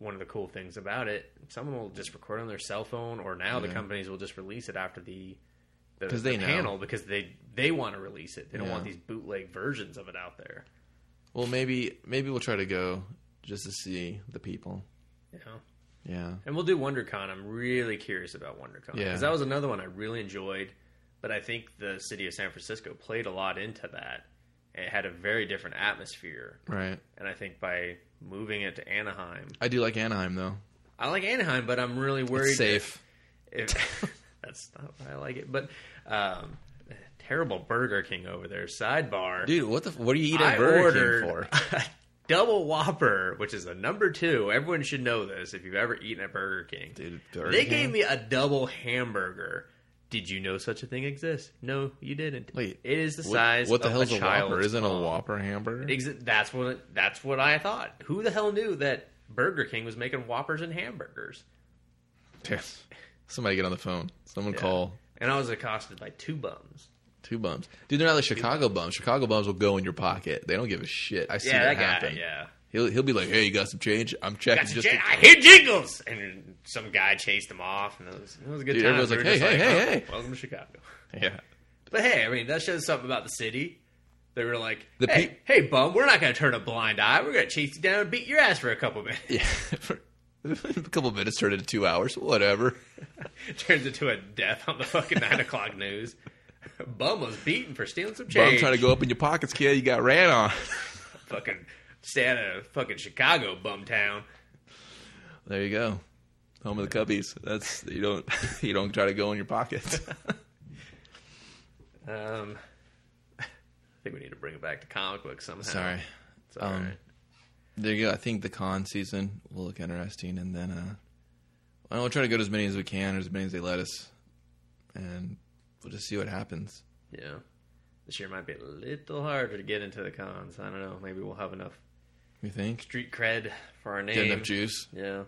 B: one of the cool things about it, someone will just record on their cell phone, or now the
A: Yeah.
B: companies will just release it after the. the-
A: 'Cause they
B: the
A: know.
B: panel because they they want to release it. They don't
A: Yeah.
B: want these bootleg versions of it out there.
A: Well, maybe maybe we'll try to go just to see the people.
B: You know,
A: Yeah.
B: And we'll do WonderCon. I'm really curious about WonderCon because
A: Yeah.
B: that was another one I really enjoyed. But I think the city of San Francisco played a lot into that. It had a very different atmosphere,
A: Right.
B: and I think by moving it to Anaheim,
A: I do like Anaheim though.
B: I like Anaheim, but I'm really worried.
A: It's safe.
B: that if- that's not why I like it, but um, terrible Burger King over there. Sidebar,
A: Dude, what the f- what do you eat at
B: I
A: Burger
B: ordered
A: King for?
B: a double Whopper, which is a number two. Everyone should know this if you've ever eaten at Burger King.
A: Dude, Burger
B: they
A: King?
B: gave me a double hamburger. Did you know such a thing exists? No, you didn't.
A: Wait,
B: it is the
A: What-
B: size.
A: What the
B: of
A: hell's
B: a,
A: a Whopper?
B: child's
A: Isn't a
B: palm.
A: Whopper hamburger?
B: Exa- that's what that's what I thought. Who the hell knew that Burger King was making Whoppers and hamburgers?
A: Yes. Somebody get on the phone. Someone call
B: And I was accosted by two bums.
A: two bums. Dude, they're not like Chicago bums. Chicago bums will go in your pocket. They don't give a shit. I see that,
B: yeah, that guy.
A: happen.
B: Yeah.
A: He'll he'll be like, "Hey, you got some change? I'm checking
B: That's
A: just."
B: a
A: to-"
B: j- I hear jingles, and some guy chased him off, and it was, it was a good
A: Dude,
B: time.
A: everyone's
B: We
A: like,
B: were just
A: "Hey, hey, hey,
B: oh,
A: hey."
B: welcome to Chicago."
A: Yeah.
B: But hey, I mean, that shows something about the city. They were like,
A: The
B: "Hey,
A: pe-
B: hey, bum, we're not going to turn a blind eye. We're going to chase you down and beat your ass for a couple minutes."
A: Yeah. For a couple minutes turned into two hours. Whatever.
B: Turns into a death on the fucking nine o'clock news. Bum was beaten for stealing some
A: But
B: change.
A: I'm trying to go up in your pockets, kid. You got ran on.
B: fucking stay out of fucking Chicago, bum town.
A: There you go. Home of the Cubbies. That's you don't you don't try to go in your pockets.
B: Um, I think we need to bring it back to comic books somehow.
A: Sorry.
B: It's all
A: Um,
B: right.
A: There you go. I think the con season will look interesting, and then uh, I will try to go to as many as we can, or as many as they let us, and we'll just see what happens.
B: Yeah. This year might be a little harder to get into the cons. I don't know. Maybe we'll have enough
A: You think?
B: street cred for our
A: Get
B: name.
A: enough juice.
B: Yeah.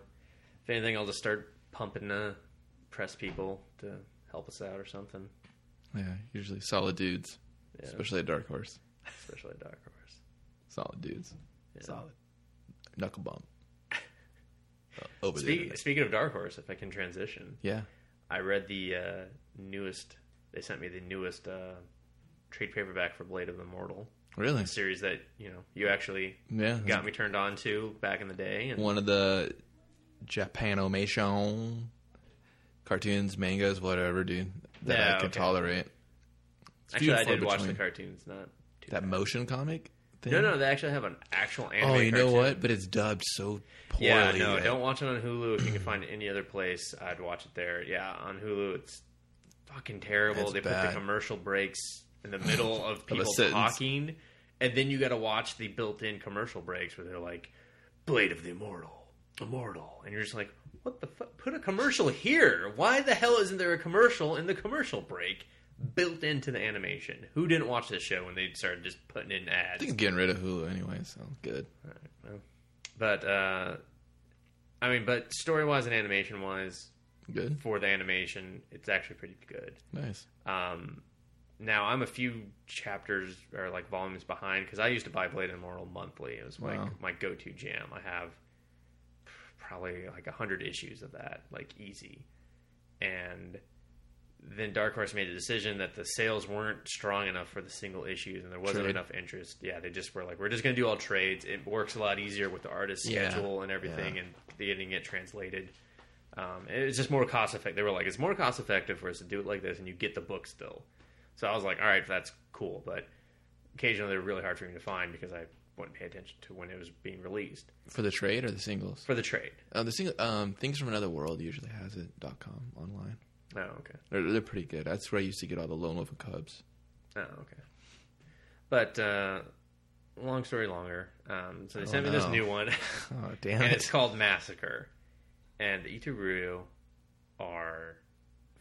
B: If anything, I'll just start pumping uh, press people to help us out or something.
A: Yeah, usually solid dudes,
B: Yeah,
A: especially a dark horse.
B: especially Dark Horse.
A: Solid dudes.
B: Yeah.
A: Knuckle bump. Uh, over the
B: Speak,
A: internet.
B: speaking of Dark Horse, if I can transition,
A: Yeah.
B: I read the uh, newest. They sent me the newest uh, trade paperback for Blade of the Immortal
A: Really?
B: a series that you know you actually
A: Yeah.
B: got me turned on to back in the day. And
A: One of the Japanomation cartoons, mangas, whatever, dude, that
B: Yeah,
A: I could
B: okay.
A: tolerate. It's few
B: actually, I
A: and far
B: did watch the
A: between.
B: cartoons. Not too
A: that
B: bad.
A: motion comic thing.
B: No, no, they actually have an actual anime.
A: Oh, you know
B: cartoon.
A: what? But it's dubbed so poorly.
B: Yeah, no,
A: that-
B: don't watch it on Hulu. If you can find it any other place, I'd watch it there. Yeah, on Hulu, it's fucking terrible.
A: It's
B: they put
A: bad.
B: the commercial breaks in the middle of people
A: sentence.
B: talking, and then you got to watch the built-in commercial breaks where they're like, "Blade of the Immortal, Immortal," and you're just like, "What the fuck? Put a commercial here? Why the hell isn't there a commercial in the commercial break?" Built into the animation. Who didn't watch this show when they started just putting in ads?
A: I think it's getting rid of Hulu anyway. So good.
B: But uh, I mean, but story wise and animation wise,
A: Good.
B: for the animation, it's actually pretty good.
A: Nice.
B: Um, now I'm a few chapters or like volumes behind because I used to buy Blade and Immortal monthly. It was like
A: Wow.
B: my go to jam. I have probably like a hundred issues of that, like easy. And then Dark Horse made a decision that the sales weren't strong enough for the single issues, and there wasn't
A: Trade.
B: enough interest. Yeah, they just were like, we're just going to do all trades. It works a lot easier with the artist
A: Yeah.
B: schedule and everything,
A: Yeah.
B: and getting it translated. Um, and it's just more cost effective. They were like, it's more cost effective for us to do it like this, and you get the book still. So I was like, all right, that's cool, but occasionally they're really hard for me to find because I wouldn't pay attention to when it was being released
A: for the trade or the singles.
B: for the trade.
A: Uh, the single um, things from another world usually has it dot com online.
B: Oh, okay.
A: They're, they're pretty good. That's where I used to get all the Lone Wolf and Cubs.
B: Oh, okay. But uh, long story longer. Um, so they
A: Oh,
B: sent me this
A: no.
B: new one,
A: Oh damn
B: and it's called Massacre. And the Iturudu are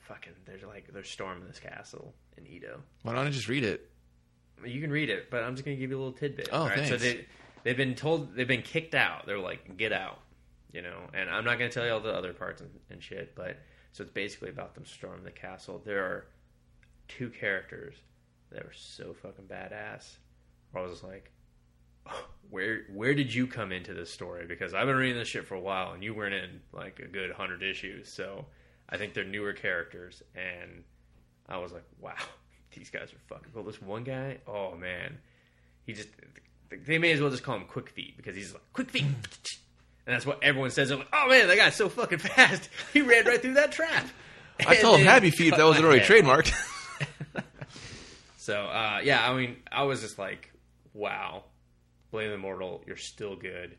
B: fucking. They're like they're storming this castle in Edo.
A: Why don't I just read it?
B: You can read it, but I'm just gonna give you a little tidbit.
A: Oh,
B: So
A: thanks.
B: they they've been told they've been kicked out. They're like get out, you know. And I'm not gonna tell you all the other parts and, and shit, but so it's basically about them storming the castle. There are two characters that were so fucking badass. Where I was just like, "Oh, where where did you come into this story? Because I've been reading this shit for a while, and you weren't in like a good hundred issues. So I think they're newer characters, and I was like, wow, these guys are fucking cool. This one guy, oh man, he just they may as well just call him Quick Feet because he's like Quick Feet, and that's what everyone says. They're like, oh man, that guy's so fucking fast. He ran right through that trap.
A: I told
B: And then
A: Happy Feet
B: cut
A: that wasn't
B: my
A: already
B: head.
A: trademarked.
B: So uh, yeah, I mean, I was just like, wow, Blame the Mortal, you're still good,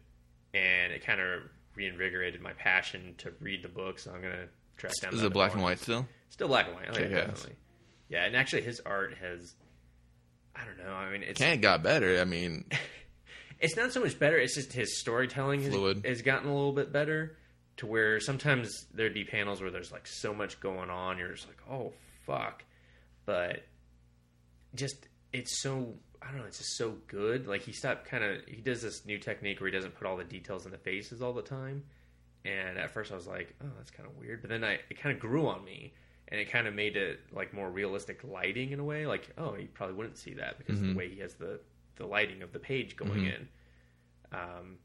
B: and it kind of reinvigorated my passion to read the book. So I'm gonna track down.
A: Is
B: that
A: it black and
B: more.
A: white still?
B: Still black and white. Oh, yeah,
A: Kick-ass.
B: definitely. Yeah, and actually, his art has. I don't know. I mean, it's
A: Can't got better. I mean,
B: it's not so much better. It's just his storytelling has,
A: Fluid.
B: has gotten a little bit better to where sometimes there'd be panels where there's like so much going on, you're just like, oh fuck, but just it's so I don't know, it's just so good. Like he stopped kind of he does this new technique where he doesn't put all the details in the faces all the time, and at first I was like, oh, that's kind of weird, but then I it kind of grew on me. And it kind of made it like more realistic lighting in a way. Like, oh, you probably wouldn't see that because of
A: Mhm.
B: the way he has the the lighting of the page going
A: Mhm.
B: in um,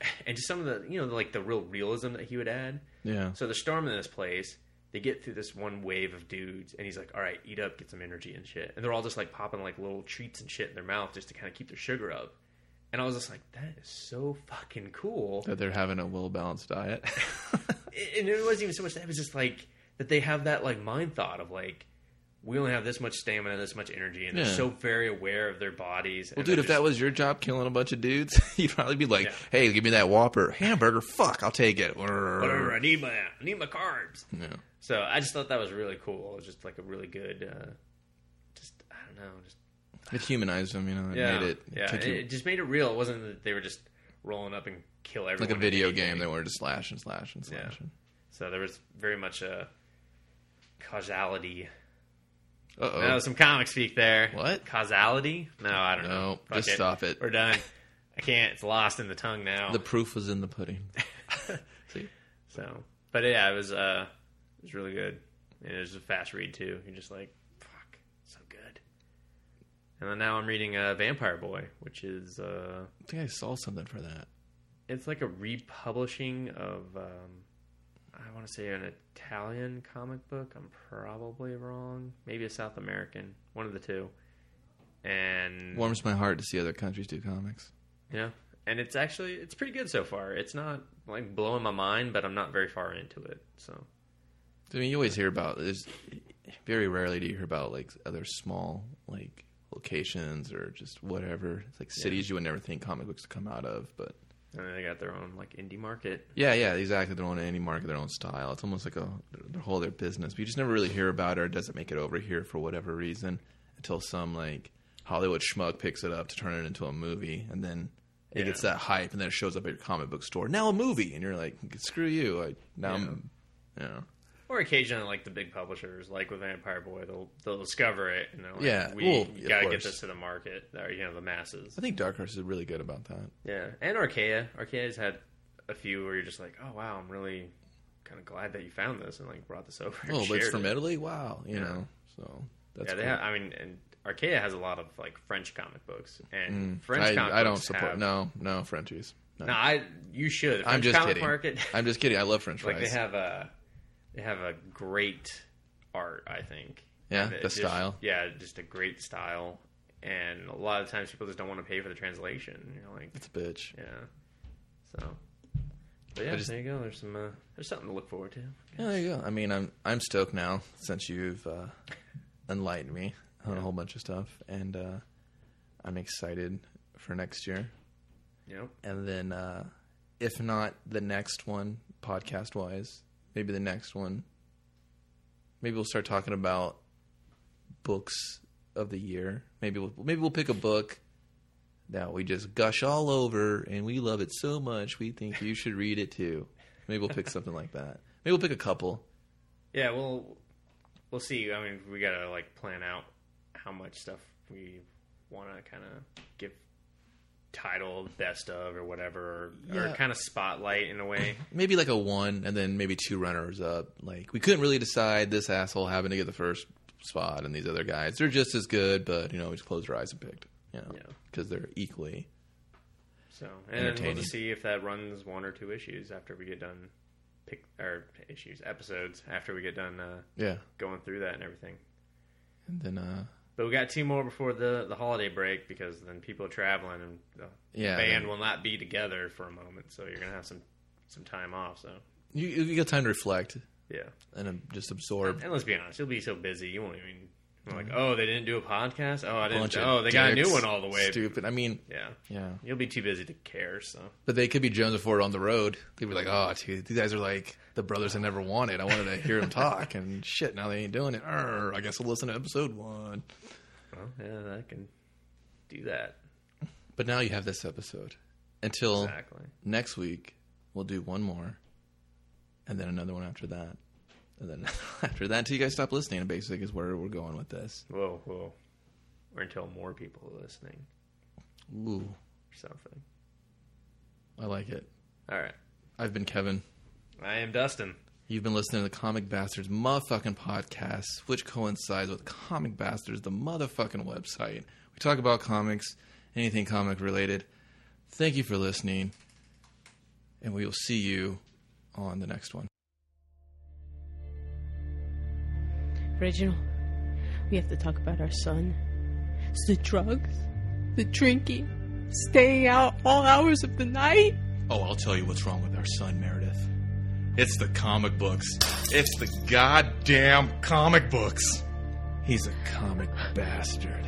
B: and just some of the you know like the real realism that he would add.
A: yeah.
B: So they're storming this place. They get through this one wave of dudes, and he's like, "All right, eat up, get some energy and shit." And they're all just like popping like little treats and shit in their mouth just to kind of keep their sugar up. And I was just like, "That is so fucking cool."
A: That they're having a well balanced diet.
B: and it wasn't even so much that it was just like that they have that like mind thought of like we only have this much stamina, this much energy, and they're
A: Yeah.
B: so very aware of their bodies.
A: well, dude, if that was your job killing a bunch of dudes, you'd probably be like,
B: Yeah.
A: hey, give me that Whopper. Hamburger, fuck, I'll take it.
B: whatever, I need my I need my carbs.
A: Yeah.
B: So I just thought that was really cool. It was just like a really good, uh, just I don't know, just
A: It humanized them, you know. It
B: yeah,
A: made it, it
B: yeah.
A: took
B: It,
A: you-
B: it just made it real. It wasn't that they were just rolling up and kill everyone
A: like a video
B: immediately.
A: game. They wanted to slash and slash and
B: Yeah.
A: slash.
B: So there was very much a causality.
A: Uh oh.
B: No, some comic speak there.
A: What?
B: causality? No, I don't know.
A: No,
B: Fuck
A: just stop it.
B: We're done. I can't. It's lost in the tongue now.
A: The proof was in the pudding. See?
B: So, but yeah, it was uh, it was really good, and it was a fast read too. You're just like, fuck, so good. And then now I'm reading uh, Vampire Boy, which is uh,
A: I think I saw something for that.
B: it's like a republishing of um, I want to say an Italian comic book. I'm probably wrong. Maybe a South American, one of the two. And
A: Warms my heart to see other countries do comics.
B: yeah, and it's actually it's pretty good so far. It's not like blowing my mind, but I'm not very far into it. So
A: I mean, you always hear about there's very rarely do you hear about like other small like locations or just whatever it's like cities you would never think comic books to come out of. But
B: and they got their own like indie market.
A: yeah, yeah, exactly. Their own any market, their own style. It's almost like a their whole their business. But you just never really hear about it, or it doesn't make it over here for whatever reason until some like Hollywood schmuck picks it up to turn it into a movie, and then. It
B: Yeah.
A: gets that hype, and then it shows up at your comic book store. Now a movie, and you're like, "Screw you!" I, now I'm, you know.
B: Or occasionally, like the big publishers, like with Vampire Boy, they'll they'll discover it and they're like,
A: Yeah,
B: we
A: well, of
B: gotta get
A: course.
B: this to the market, or you know, the masses."
A: I think Dark Horse is really good about that.
B: Yeah, and Arkea, Arkea's had a few where you're just like, "Oh wow, I'm really kind of glad that you found this and like brought this over." and
A: Oh, but it's
B: shared
A: from
B: it."
A: Italy. Wow, you
B: Yeah.
A: know. So that's
B: yeah, they
A: cool.
B: have. I mean, and Arkea has a lot of like French comic books and French.
A: Mm. I,
B: comic
A: I don't
B: books
A: support.
B: have-
A: No, no Frenchies. No,
B: no, I you should.
A: I'm
B: French
A: just
B: comic
A: kidding.
B: Market.
A: I'm just kidding. I love French
B: like
A: fries.
B: they have a they have a great art. I think.
A: Yeah,
B: And it
A: the
B: just-
A: style.
B: Yeah, just a great style, and a lot of times people just don't want to pay for the translation. You're like,
A: It's a bitch.
B: yeah. So, but yeah,
A: I just-
B: there you go. There's some. Uh, there's something to look forward to.
A: Yeah, there you go. I mean, I'm I'm stoked now since you've uh, enlightened me on
B: Yeah.
A: a whole bunch of stuff, and uh, I'm excited for next year.
B: You know,
A: And then, uh, if not the next one, podcast wise, maybe the next one, maybe we'll start talking about books of the year. Maybe we'll maybe we'll pick a book that we just gush all over and we love it so much we think you should read it too. Maybe we'll pick something like that. Maybe we'll pick a couple.
B: yeah. We'll we'll see. I mean, we gotta like plan out how much stuff we want to kind of give title best of or whatever, or, or
A: Yeah.
B: kind of spotlight in a way.
A: maybe like a one and then maybe two runners up. Like we couldn't really decide this asshole happened to get the first spot and these other guys. They're just as good, but you know, we just closed our eyes and picked. You know,
B: Yeah.
A: because they're equally.
B: So, and then we'll
A: Entertaining.
B: just see if that runs one or two issues after we get done pick or issues episodes after we get done uh,
A: Yeah.
B: going through that and everything.
A: And then uh
B: But we got two more before the the holiday break because then people are traveling and the
A: yeah.
B: band
A: then
B: will not be together for a moment, so you're gonna have some some time off. So
A: You you got time to reflect
B: yeah,
A: and um, just absorb.
B: and let's be honest, you'll be so busy you won't even you're like oh they didn't do a podcast oh I didn't
A: Mm-hmm. Bunch of
B: oh they got a new
A: dicks.
B: one all the way
A: Stupid. I mean,
B: yeah
A: yeah.
B: you'll be too busy to care so
A: But they could be Jones for it on the road. They'd be like, "Oh, dude, these guys are like the brothers I never wanted. I wanted to hear them talk, and shit, now they ain't doing it. Arr, I guess I'll listen to episode one."
B: well yeah I can do that
A: But now you have this episode until
B: exactly
A: next week we'll do one more and then another one after that and then after that until you guys stop listening basically is where we're going with this
B: whoa whoa or until more people are listening
A: ooh
B: or something
A: i like it
B: all right
A: i've been kevin
B: I am Dustin
A: you've been listening to the comic bastards motherfucking podcast which coincides with comic bastards the motherfucking website we talk about comics anything comic related thank you for listening and we will see you on the next one
C: Reginald, we have to talk about our son. It's the drugs, the drinking, staying out all hours of the night.
A: Oh, I'll tell you what's wrong with our son, Meredith. It's the comic books. It's the goddamn comic books. He's a comic bastard.